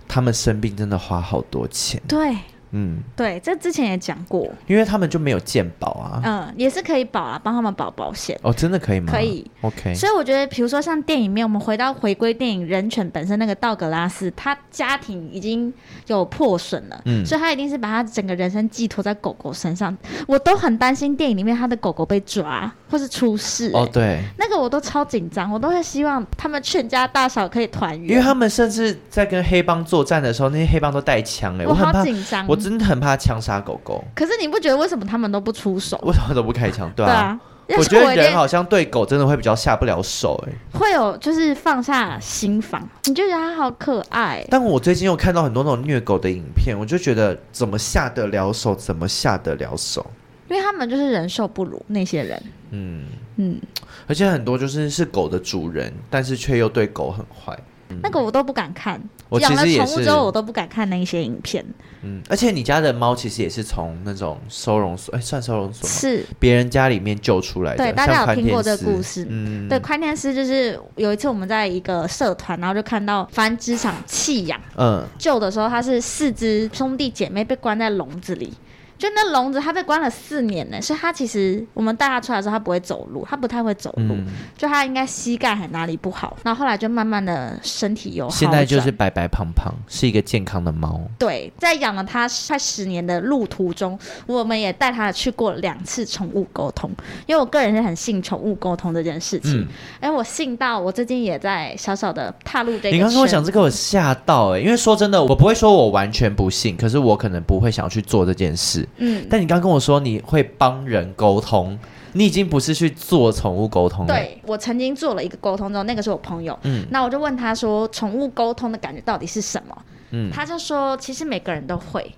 B: 他们生病真的花好多钱，
A: 对
B: 嗯，
A: 对，这之前也讲过，
B: 因为他们就没有健保啊。
A: 嗯，也是可以保啊，帮他们保保险。
B: 哦，真的可以吗？
A: 可以。
B: OK，
A: 所以我觉得，比如说像电影里面，我们回到回归电影人权本身那个道格拉斯，他家庭已经有破损了，
B: 嗯
A: 所以他一定是把他整个人生寄托在狗狗身上。我都很担心电影里面他的狗狗被抓或是出事、
B: 哦，
A: 欸
B: 对，
A: 那个我都超紧张，我都会希望他们全家大小可以团圆，
B: 因为他们甚至在跟黑帮作战的时候，那些黑帮都带枪哎，
A: 我
B: 很
A: 好
B: 怕，
A: 紧张。
B: 我真的很怕枪杀狗狗，
A: 可是你不觉得为什么他们都不出手？
B: 为什么都不开枪？对
A: 对
B: 啊。
A: 啊， 要
B: 我
A: 是
B: 觉得
A: 一
B: 人
A: 定
B: 好像对狗真的会比较下不了手哎、
A: 会有就是放下心防，你就觉得它好可爱。
B: 但我最近有看到很多那种虐狗的影片，我就觉得怎么下得了手，怎么下得了手。
A: 因为他们就是人兽不如那些人。
B: 嗯，
A: 嗯，
B: 而且很多就是是狗的主人，但是却又对狗很坏。
A: 那个我都不敢看，
B: 嗯我
A: 养
B: 其
A: 了
B: 实也
A: 宠物
B: 是
A: 之，后我都不敢看那些影片。
B: 嗯，而且你家的猫其实也是从那种收容所，哎、算收容所吗？
A: 是，
B: 别人家里面救出来的。
A: 对大家
B: 像
A: 有
B: 宽
A: 听过
B: 天
A: 这个故
B: 丝
A: 事
B: 嗯，
A: 对，，宽天师就是有一次我们在一个社团，然后就看到繁殖场弃养，
B: 嗯，
A: 救的时候它是四只兄弟姐妹被关在笼子里。就那笼子，它被关了四年呢，所以它其实我们带它出来的时候，它不会走路，它不太会走路，
B: 嗯
A: 就它应该膝盖还哪里不好，然后后来就慢慢的身体有好
B: 现在就
A: 转
B: 是白白胖胖，是一个健康的猫。
A: 对，在养了它快十年的路途中，我们也带它去过两次宠物沟通，因为我个人是很信宠物沟通这件事情
B: 嗯。
A: 哎、我信到我最近也在小小的踏入这个。
B: 你刚跟我讲，这个，我吓到哎、欸，因为说真的，我不会说我完全不信，可是我可能不会想要去做这件事。
A: 嗯，
B: 但你刚跟我说你会帮人沟通，你已经不是去做宠物沟通了。，
A: 对我曾经做了一个沟通之后，那个是我朋友，
B: 嗯
A: 那我就问他说，宠物沟通的感觉到底是什么？
B: 嗯，
A: 他就说，其实每个人都会。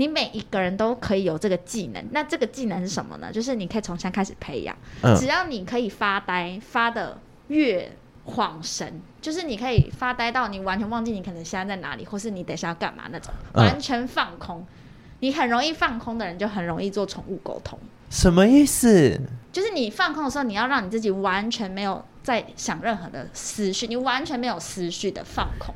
A: 你每一个人都可以有这个技能，那这个技能是什么呢？就是你可以从现在开始培养。只
B: 嗯，
A: 要你可以发呆，发的越恍神，就是你可以发呆到你完全忘记你可能现在在哪里，或是你等一下要干嘛那种，
B: 嗯
A: 完全放空。你很容易放空的人，就很容易做宠物沟通。
B: 什么意思？
A: 就是你放空的时候，你要让你自己完全没有在想任何的思绪，你完全没有思绪的放空。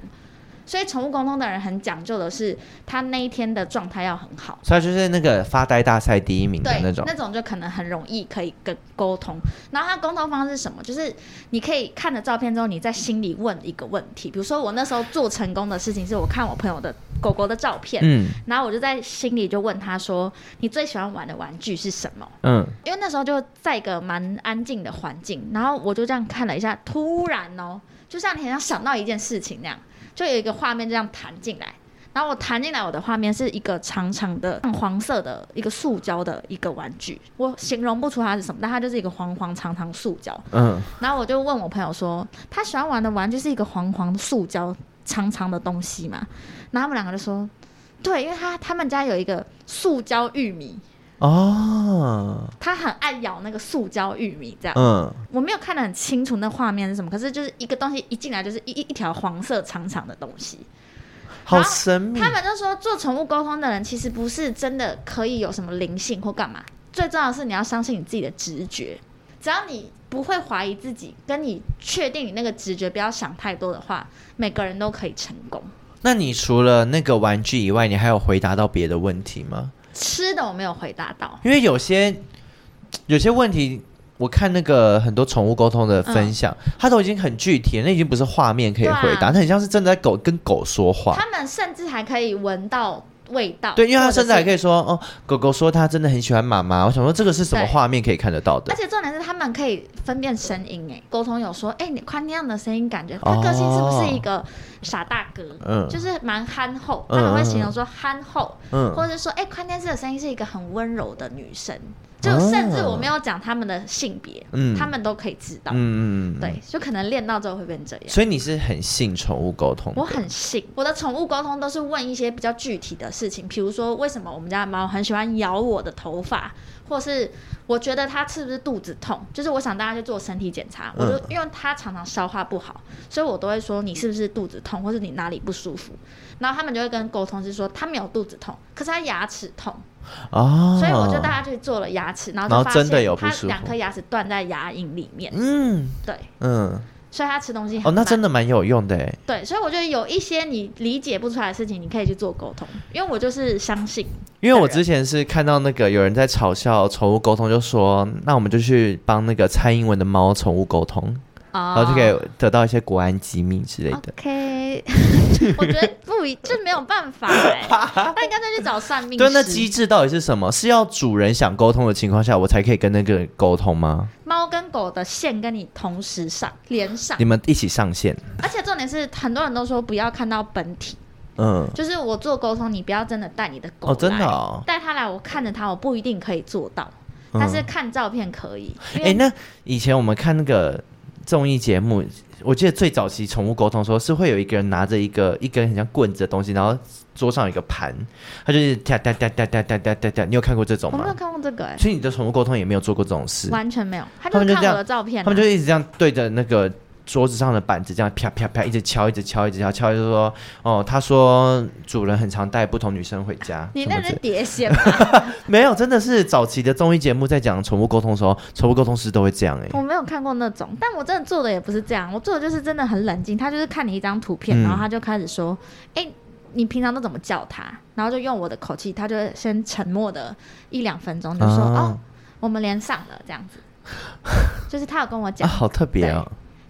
A: 所以宠物沟通的人很讲究的是，他那一天的状态要很好。
B: 所以就是那个发呆大赛第一名的
A: 对，
B: 那种。
A: 就可能很容易可以跟沟通。然后它沟通方式是什么？就是你可以看了照片之后，你在心里问一个问题。比如说我那时候做成功的事情，是我看我朋友的狗狗的照片，
B: 嗯
A: 然后我就在心里就问他说：“你最喜欢玩的玩具是什么？”
B: 嗯，
A: 因为那时候就在一个蛮安静的环境，然后我就这样看了一下，突然哦，就像你好像想到一件事情那样，就有一个画面就这样弹进来，然后我弹进来，我的画面是一个长长的黄色的一个塑胶的一个玩具，我形容不出它是什么，但它就是一个黄黄长长塑胶。
B: 嗯，
A: 然后我就问我朋友说，他喜欢玩的玩具是一个黄黄的塑胶长长的东西嘛？然后他们两个就说，对，因为他他们家有一个塑胶玉米，
B: 哦，
A: 他很爱咬那个塑胶玉米这样。
B: 嗯，
A: 我没有看得很清楚那画面是什么，可是就是一个东西一进来就是一一一条黄色长长的东西。
B: 好神秘
A: 他们就说做宠物沟通的人其实不是真的可以有什么灵性或干嘛，最重要的是你要相信你自己的直觉。只要你不会怀疑自己，跟你确定你那个直觉不要想太多的话，每个人都可以成功。
B: 那你除了那个玩具以外，你还有回答到别的问题吗？
A: 吃的我没有回答到，
B: 因为有些有些问题，我看那个很多宠物沟通的分享，它都已经很具体了，那已经不是画面可以回
A: 嗯对
B: 答，
A: 啊
B: 它很像是真的在狗跟狗说话。
A: 他们甚至还可以闻到味道，
B: 对，因为它甚至还可
A: 以。
B: 以说，哦，狗狗说它真的很喜欢妈妈。我想说，这个是什么
A: 对
B: 画面可以看得到的
A: 而？且重点是，他们可以分辨声音诶，沟通有说，哎、你看那样的声音，感觉他个性是不是一个傻大哥？
B: 哦嗯
A: 就是蛮憨厚，
B: 嗯
A: 他们会形容说憨厚，
B: 嗯，
A: 或者说，哎、宽电视的声音是一个很温柔的女生，就甚至我没有讲他们的性别，
B: 哦嗯
A: 他们都可以知道，
B: 嗯嗯，嗯。
A: 对，就可能练到之后会变这样。
B: 所以你是很信宠物沟通的
A: 我很信我的宠物沟通都是问一些比较具体的事情，比如说为什么我们家的猫很喜欢咬我的头发，或是我觉得它是不是肚子痛，就是我想大家去做身体检
B: 嗯
A: 查，我就因为它常常消化不好，所以我都会说你是不是肚子痛，或是你哪里不舒服，然后他们就会跟沟通是说它没有肚子痛，可是它牙齿痛，
B: 哦，
A: 所以我就带他去做了牙齿，然后就
B: 然后
A: 发
B: 真的有
A: 现
B: 不
A: 他
B: 舒
A: 两
B: 服
A: 颗牙齿断在牙龈里面，
B: 嗯
A: 对，
B: 嗯，
A: 所以他吃东西很
B: 哦，那
A: 慢
B: 真的蛮有用的哎。
A: 对，所以我觉得有一些你理解不出来的事情，你可以去做沟通，因为我就是相信，
B: 因为我
A: 对
B: 之前是看到那个有人在嘲笑宠物沟通，就说那我们就去帮那个蔡英文的猫宠物沟通，
A: 啊
B: 然后就可以得到一些国安机密之类
A: 哦
B: 的。
A: OK，我 觉得不一，就没有办法 哎、那你干脆去找算命师。
B: 对，那机制到底是什么？是要主人想沟通的情况下，我才可以跟那个人沟通吗？
A: 猫跟狗的线跟你同时上连上
B: 你，们一起上线，
A: 而且重点是很多人都说不要看到本体，
B: 嗯，
A: 就是我做沟通，你不要真的带你的狗
B: 哦，真
A: 来
B: 的哦，
A: 带他来，我看着他，我不一定可以做到，
B: 嗯
A: 但是看照片可以。因
B: 哎、
A: 为
B: 那以前我们看那个综艺节目，我记得最早期宠物沟通的时候是会有一个人拿着一个一根很像棍子的东西，然后桌上有一个盘，他就是哒哒哒哒哒哒哒哒哒。你有看过这种啊
A: 我没有
B: 吗？
A: 看过这个、哎，
B: 所以你的宠物沟通也没有做过这种事，
A: 完全没有。他
B: 他们
A: 就
B: 就
A: 看
B: 这
A: 我
B: 样
A: 的照片啊、
B: 他们就一直这样对着那个。桌子上的板子这样啪啪啪一直敲，一直敲，一直敲，敲就说哦，他说主人很常带不同女生回家。
A: 你
B: 什
A: 那
B: 么之
A: 是
B: 类
A: 碟仙 吧？
B: 没有，真的是早期的综艺节目在讲宠物沟通的时候，宠物沟通师都会这样哎、
A: 我没有看过那种，但我真的做的也不是这样，我做的就是真的很冷静。他就是看你一张图片，
B: 嗯
A: 然后他就开始说：“哎、你平常都怎么叫他？”然后就用我的口气，他就会先沉默的一两分钟，就说：“
B: 啊
A: 哦，我们连上了。”这样子，就是他有跟我
B: 啊，
A: 讲。
B: 好特别哦。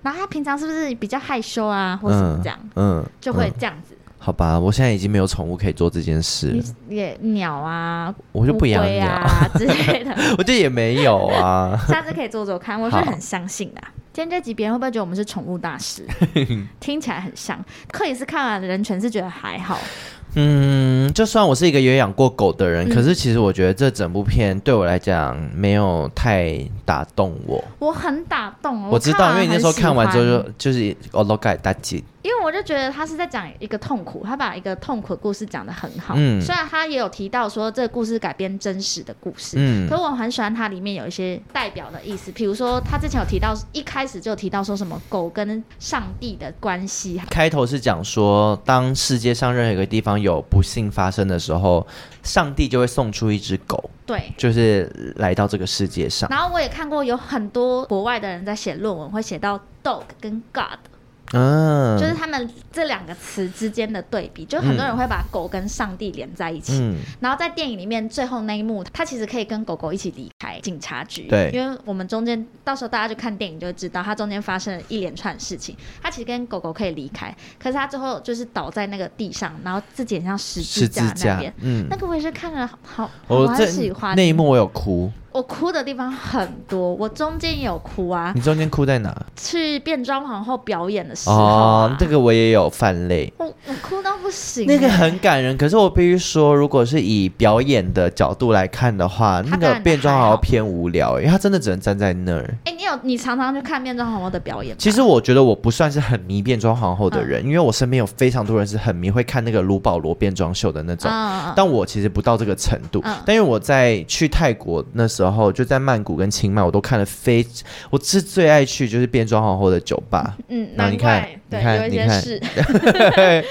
A: 然后他平常是不是比较害羞啊，或什么这样，
B: 嗯，
A: 就会
B: 嗯
A: 这样子。
B: 好吧，我现在已经没有宠物可以做这件事了，
A: 你也鸟啊，
B: 我就不养
A: 乌龟
B: 鸟，
A: 啊之类的，
B: 我就也没有 啊。
A: 下次可以做做看，我是
B: 好
A: 很相信的啊、今天这集别人会不会觉得我们是宠物大 师？听起来很像。克里斯看完《人权》是觉得还好，
B: 嗯，就算我是一个有养过狗的人，
A: 嗯
B: 可是其实我觉得这整部片对我来讲没有太打动我。
A: 我很打动哦。
B: 我知
A: 看
B: 道，
A: 完
B: 因为你那时候看完之后就就是哦 l o 大姐，
A: 因为我就觉得他是在讲一个痛苦，他把一个痛苦的故事讲得很好。
B: 嗯
A: 虽然他也有提到说这个故事改编真实的故事，
B: 嗯
A: 可我很喜欢它里面有一些代表的意思，比如说他之前有提到，一开始就有提到说什么狗跟上帝的关系，
B: 开头是讲说，当世界上任何一个地方有不幸发生的时候，上帝就会送出一只狗，
A: 对。
B: 就是来到这个世界上。
A: 然后我也看过有很多国外的人在写论文，会写到 dog 跟 god，、
B: 嗯，
A: 就是他们这两个词之间的对比，就很多人会把狗跟上帝连在一起。
B: 嗯
A: 然后在电影里面最后那一幕，他其实可以跟狗狗一起离开警察局，
B: 对
A: 因为我们中间到时候大家就看电影就会知道，它中间发生了一连串事情。它其实跟狗狗可以离开，可是它最后就是倒在那个地上，然后自己很像十字
B: 十字
A: 架那
B: 架
A: 边。，
B: 嗯
A: 那，个我也是看了好，好
B: 我
A: 好
B: 这
A: 喜欢
B: 那一幕我有哭，
A: 我哭的地方很多，我中间也有哭啊，
B: 你中间哭在哪？
A: 去变装皇后表演的时候、啊，
B: 哦，这个我也有泛泪。
A: 我我哭到不行、
B: 那个
A: 欸
B: 很感人，可是我必须说，如果是以表演的角度来看的话，那
A: 当然
B: 个
A: 还
B: 变装好
A: 好
B: 像偏无聊，欸因为他真的只能站在那儿。
A: 哎、你有你常常去看变装皇后的表演吗？
B: 其实我觉得我不算是很迷变装皇后
A: 嗯
B: 的人，因为我身边有非常多人是很迷会看那个卢保罗变装秀的那种，
A: 嗯，
B: 但我其实不到这个程度。
A: 嗯
B: 但因为我在去泰国那时候，就在曼谷跟清迈，我都看了非，我是最爱去就是变装皇后的酒 吧。
A: 嗯，
B: 那
A: 难
B: 你看
A: 怪
B: 你
A: 对
B: 看
A: 有一
B: 你
A: 些
B: 看
A: 事，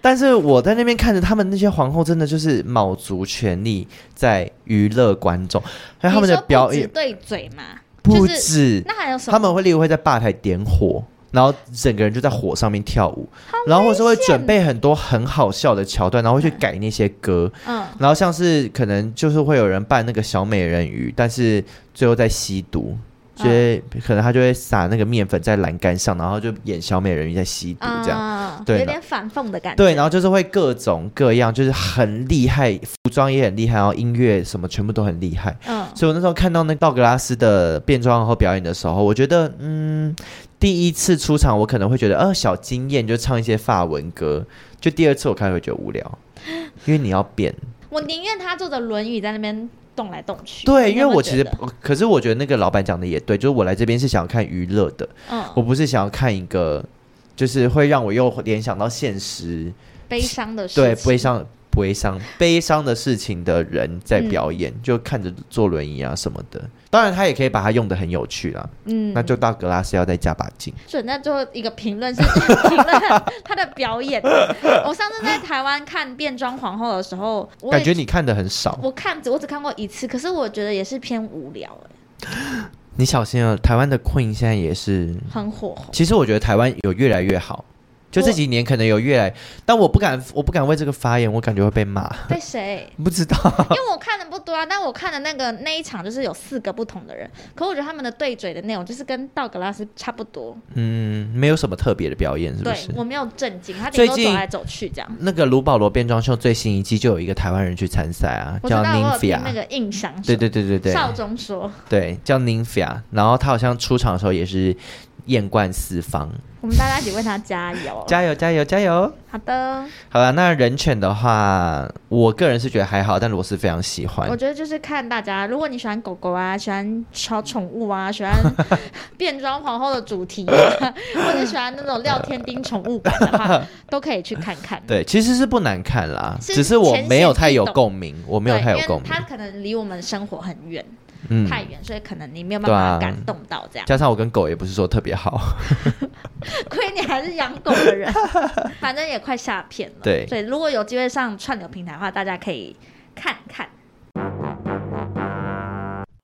B: 但是我在那边看着他们那些皇后，真的就是卯足全力在娱乐观众，还有他
A: 你
B: 们的
A: 说不
B: 表
A: 止
B: 演
A: 对嘴嘛，
B: 不
A: 就是
B: 止。
A: 那还有什么？
B: 他们会例如会在吧台点火，然后整个人就在火上面跳舞，然后或是会准备很多很好笑的桥段，然后会去改那些歌，
A: 嗯，
B: 然后像是可能就是会有人扮那个小美人鱼，但是最后在吸毒。就会
A: 嗯
B: 可能他就会撒那个面粉在栏杆上，然后就演小美人鱼在吸毒这样。
A: 嗯
B: 对
A: 有
B: 呢
A: 点反讽的感觉。
B: 对，然后就是会各种各样，就是很厉害，服装也很厉害，然后音乐什么全部都很厉害。
A: 嗯，
B: 所以我那时候看到那道格拉斯的变装皇后表演的时候，我觉得，嗯，第一次出场我可能会觉得，呃，小惊艳，就唱一些法文歌。就第二次我开始会觉得无聊，因为你要变。
A: 我宁愿他坐着轮椅在那边动来动去。
B: 对，
A: 你
B: 因为
A: 有没有
B: 我其
A: 觉
B: 实
A: 得，
B: 可是我觉得那个老板讲的也对，就是我来这边是想要看娱乐的，我
A: 嗯，
B: 不是想要看一个，就是会让我又联想到现实，
A: 悲伤的事
B: 对
A: 情
B: 悲伤。悲伤、悲伤的事情的人在
A: 嗯
B: 表演，就看着坐轮椅啊什么的。当然，他也可以把它用的很有趣啦。
A: 嗯，
B: 那就到格拉斯要再加把劲。
A: 准在最后一个评论是 评论他的表 演。我上次在台湾看变装皇后的时候，我也
B: 感觉你看的很少，
A: 我看只我只看过一次，可是我觉得也是偏无聊、欸，
B: 你小心哦。台湾的 Queen 现在也是，
A: 很 火红。
B: 其实我觉得台湾有越来越好，就这几年可能有越来，但我不敢，我不敢为这个发言，我感觉会被骂。
A: 被谁？
B: 不知道，
A: 因为我看的不多啊，但我看的那个那一场就是有四个不同的人，可我觉得他们的对嘴的内容就是跟道格拉斯差不多。
B: 嗯，没有什么特别的表演，是不
A: 对
B: 是？
A: 我没有震惊，他顶多
B: 最近
A: 走来走去这样。
B: 那个卢保罗变装秀最新一季就有一个台湾人去参赛啊，
A: 我知
B: 叫
A: 道我有听
B: Ninfia，、
A: 那个印象，
B: 对对对对对，
A: 少中说，
B: 对叫 Ninfia，然后他好像出场的时候也是艳冠四方，
A: 我们大家一起为他加油。
B: 加油加油加油！
A: 好的，
B: 好了，那人犬的话，我个人是觉得还好，但罗斯非常喜欢
A: 我。觉得就是看大家，如果你喜欢狗狗啊，喜欢小宠物 啊，喜欢变装皇后的主题、啊，或者喜欢那种廖天丁宠物版的 话，都可以去看看。
B: 对，其实是不难看啦，
A: 是
B: 只是我没有太有
A: 浅显易懂
B: 共鸣，我没有
A: 对
B: 太有
A: 因为
B: 共鸣
A: 它。可能离我们生活很远，
B: 嗯，
A: 太远，所以可能你没有
B: 对
A: 办
B: 啊
A: 法感动到这样。
B: 加上我跟狗也不是说特别好，
A: 亏你还是养狗的 人，反正也快下片了。
B: 对
A: 对，如果有机会上串流平台的话，大家可以看看。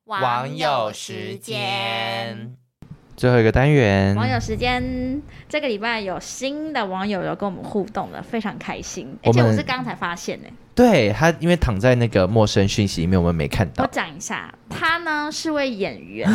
C: 网友时间。
B: 最后一个单元，
A: 网友时间，这个礼拜有新的网友有跟我们互动的，非常开心。
B: 我
A: 而且
B: 们
A: 我是刚才发现呢、
B: 对他，因为躺在那个陌生讯息里面，我们没看
A: 我
B: 到。
A: 讲一下，他呢是位演员，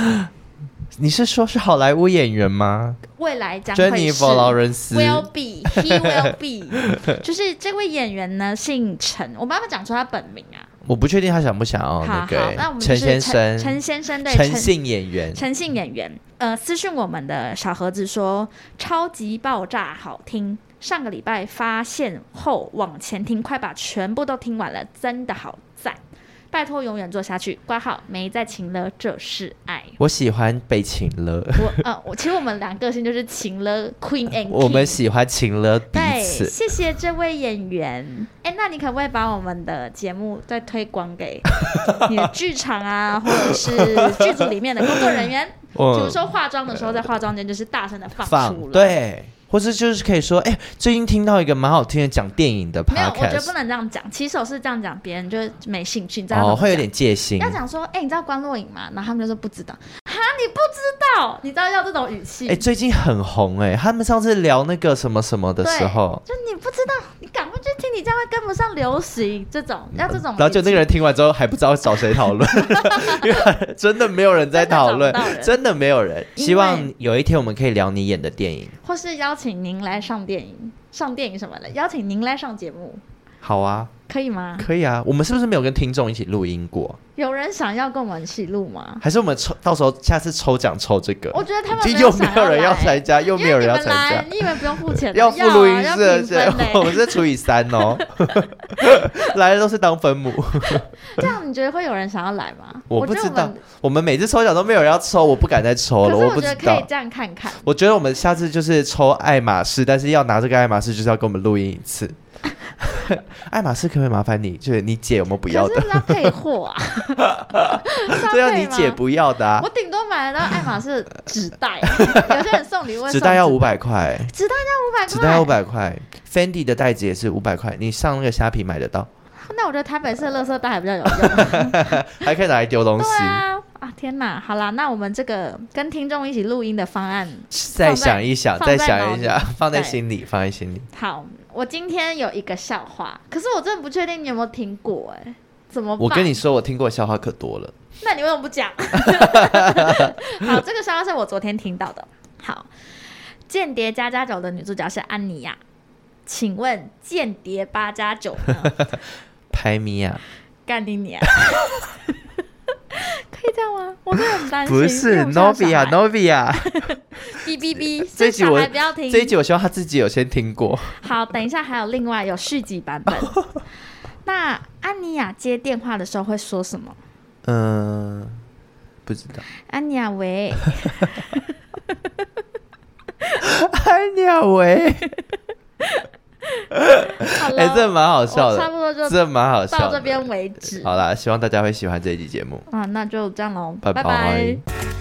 B: 你是说是好莱坞演员吗？
A: 未来将
B: 珍
A: 会
B: 妮
A: 是
B: 佛·劳伦斯。
A: will be he will be，就是 这位演员呢姓陈，我妈妈讲出他本名啊。
B: 我不确定他想不想要
A: 好
B: 哦那
A: 好，那我们
B: 个
A: 就
B: 陈
A: 是
B: 先
A: 陈
B: 生，
A: 陈先生对
B: 陈姓演员。
A: 诚信演员，呃，私讯我们的小盒子说，超级爆炸好听。上个礼拜发现后往前听，快把全部都听完了，真的好赞！拜托永远做下去，挂号没再情了，这是 爱。
B: 我喜欢被请了，
A: 我呃，我其实我们俩个性就是情了 Queen and King
B: 我们喜欢请了彼
A: 对，
B: 此。
A: 谢谢这位演员。哎，那你可不可以把我们的节目再推广给你的剧场 啊，或者是剧组里面的工作人员？
B: 嗯
A: 比如说化妆的时候，在化妆间就是大声的放出
B: 放
A: 来。，
B: 对，或是就是可以说，哎、最近听到一个蛮好听的讲电影的
A: 没有，我觉得
B: podcast，
A: 不能这样讲。起手是这样讲，别人就没兴趣，你知道吗？
B: 哦，会有点戒心
A: 要。讲说，哎、你知道关洛影吗？然后他们就说不知道。哈，你不知道？你知道要这种语气？
B: 哎、最近很红哎、他们上次聊那个什么什么的时候，
A: 就你不知道，你赶快去听，你这样会跟不上流行。这种要这种语气，
B: 嗯然后就那个人听完之后还不知道找谁 讨论，因为真的没有人在讨论
A: 真的找不到，人
B: 真的没有人。
A: 因为
B: 希望有一天我们可以聊你演的电影，
A: 或是邀请您来上电影、上电影什么的，邀请您来上节目，
B: 好啊，
A: 可以吗？
B: 可以啊。我们是不是没有跟听众一起录音过？
A: 有人想要跟我们一起录吗？
B: 还是我们抽到时候下次抽奖抽这个？
A: 我觉得他们
B: 就
A: 没
B: 又
A: 有
B: 没
A: 想
B: 有人要
A: 要来
B: 参加，又
A: 因
B: 没
A: 为
B: 有
A: 你
B: 人要
A: 们
B: 参
A: 来
B: 加，，
A: 你们不用付钱的，
B: 要
A: 要
B: 付录音
A: 啊
B: 室
A: 要
B: 的
A: 评
B: 钱
A: 分，
B: 我
A: 嘞。
B: 们是除以三哦。 来的都是当分母，
A: 这样你觉得会有人想要来吗？
B: 我不
A: 觉得
B: 知道
A: 们。
B: 我们每次抽奖都没有人要抽，我不敢再抽
A: 可是
B: 了，我
A: 我
B: 不
A: 觉得
B: 知
A: 可以
B: 道。
A: 这样看看，
B: 我觉得我们下次就是抽爱马仕，但是要拿这个爱马仕，就是要跟我们录音一 次。爱马仕可不可以麻烦你，就是你姐有没有 不要
A: 可
B: 的？
A: 是要配货啊，是
B: 这要
A: 配
B: 你
A: 吗
B: 姐不要的啊
A: 我，顶多买得到爱马仕纸袋，啊 有些人送礼物会
B: 纸
A: 送
B: 袋要五
A: 百，
B: 百块，
A: 纸袋要五百块，
B: 纸袋要五。百块，Fendi 的袋子也是五百块，你上那个虾皮买得到，
A: 那我觉得台北市的垃圾袋还比 较有用。
B: 还可以拿来丢东西。
A: 对啊，啊天哪！好啦，那我们这个跟听众一起录音的方案，
B: 再想一想，
A: 放
B: 再
A: 在
B: 想一想， 放在
A: 对
B: 心里，放在心里。
A: 好，我今天有一个笑话，可是我真的不确定你有没有听过、哎，怎么办？
B: 我跟你说，我听过笑话可多了。
A: 那你为什么不讲？ 好，这个笑话是我昨天听到的。好，《间谍加加酒》的女主角是安妮亚，请问《间谍八加九》呢？
B: 拍咪啊，
A: 干你娘！可以这样吗？我真的很担心。
B: 不
A: 因为
B: 是
A: 我现在有小孩
B: Novia，Novia，
A: 哔哔哔，
B: 这
A: 这
B: 一集
A: 小
B: 我
A: 孩不要听。
B: 这一集我希望他自己有先听过。
A: 好，等一下还有另外有续集版本。那安妮亚接电话的时候会说什么？
B: 嗯，不知道。
A: 安妮亚喂，
B: 哎呀 喂，
A: 好了，
B: 哎，这蛮好笑
A: 我差
B: 的，
A: 不多就
B: 这蛮好笑
A: 到这
B: 的。
A: 边为止。
B: 好啦，希望大家会喜欢这一集节目。
A: 啊，那就这样喽，
B: 拜
A: 拜拜
B: 拜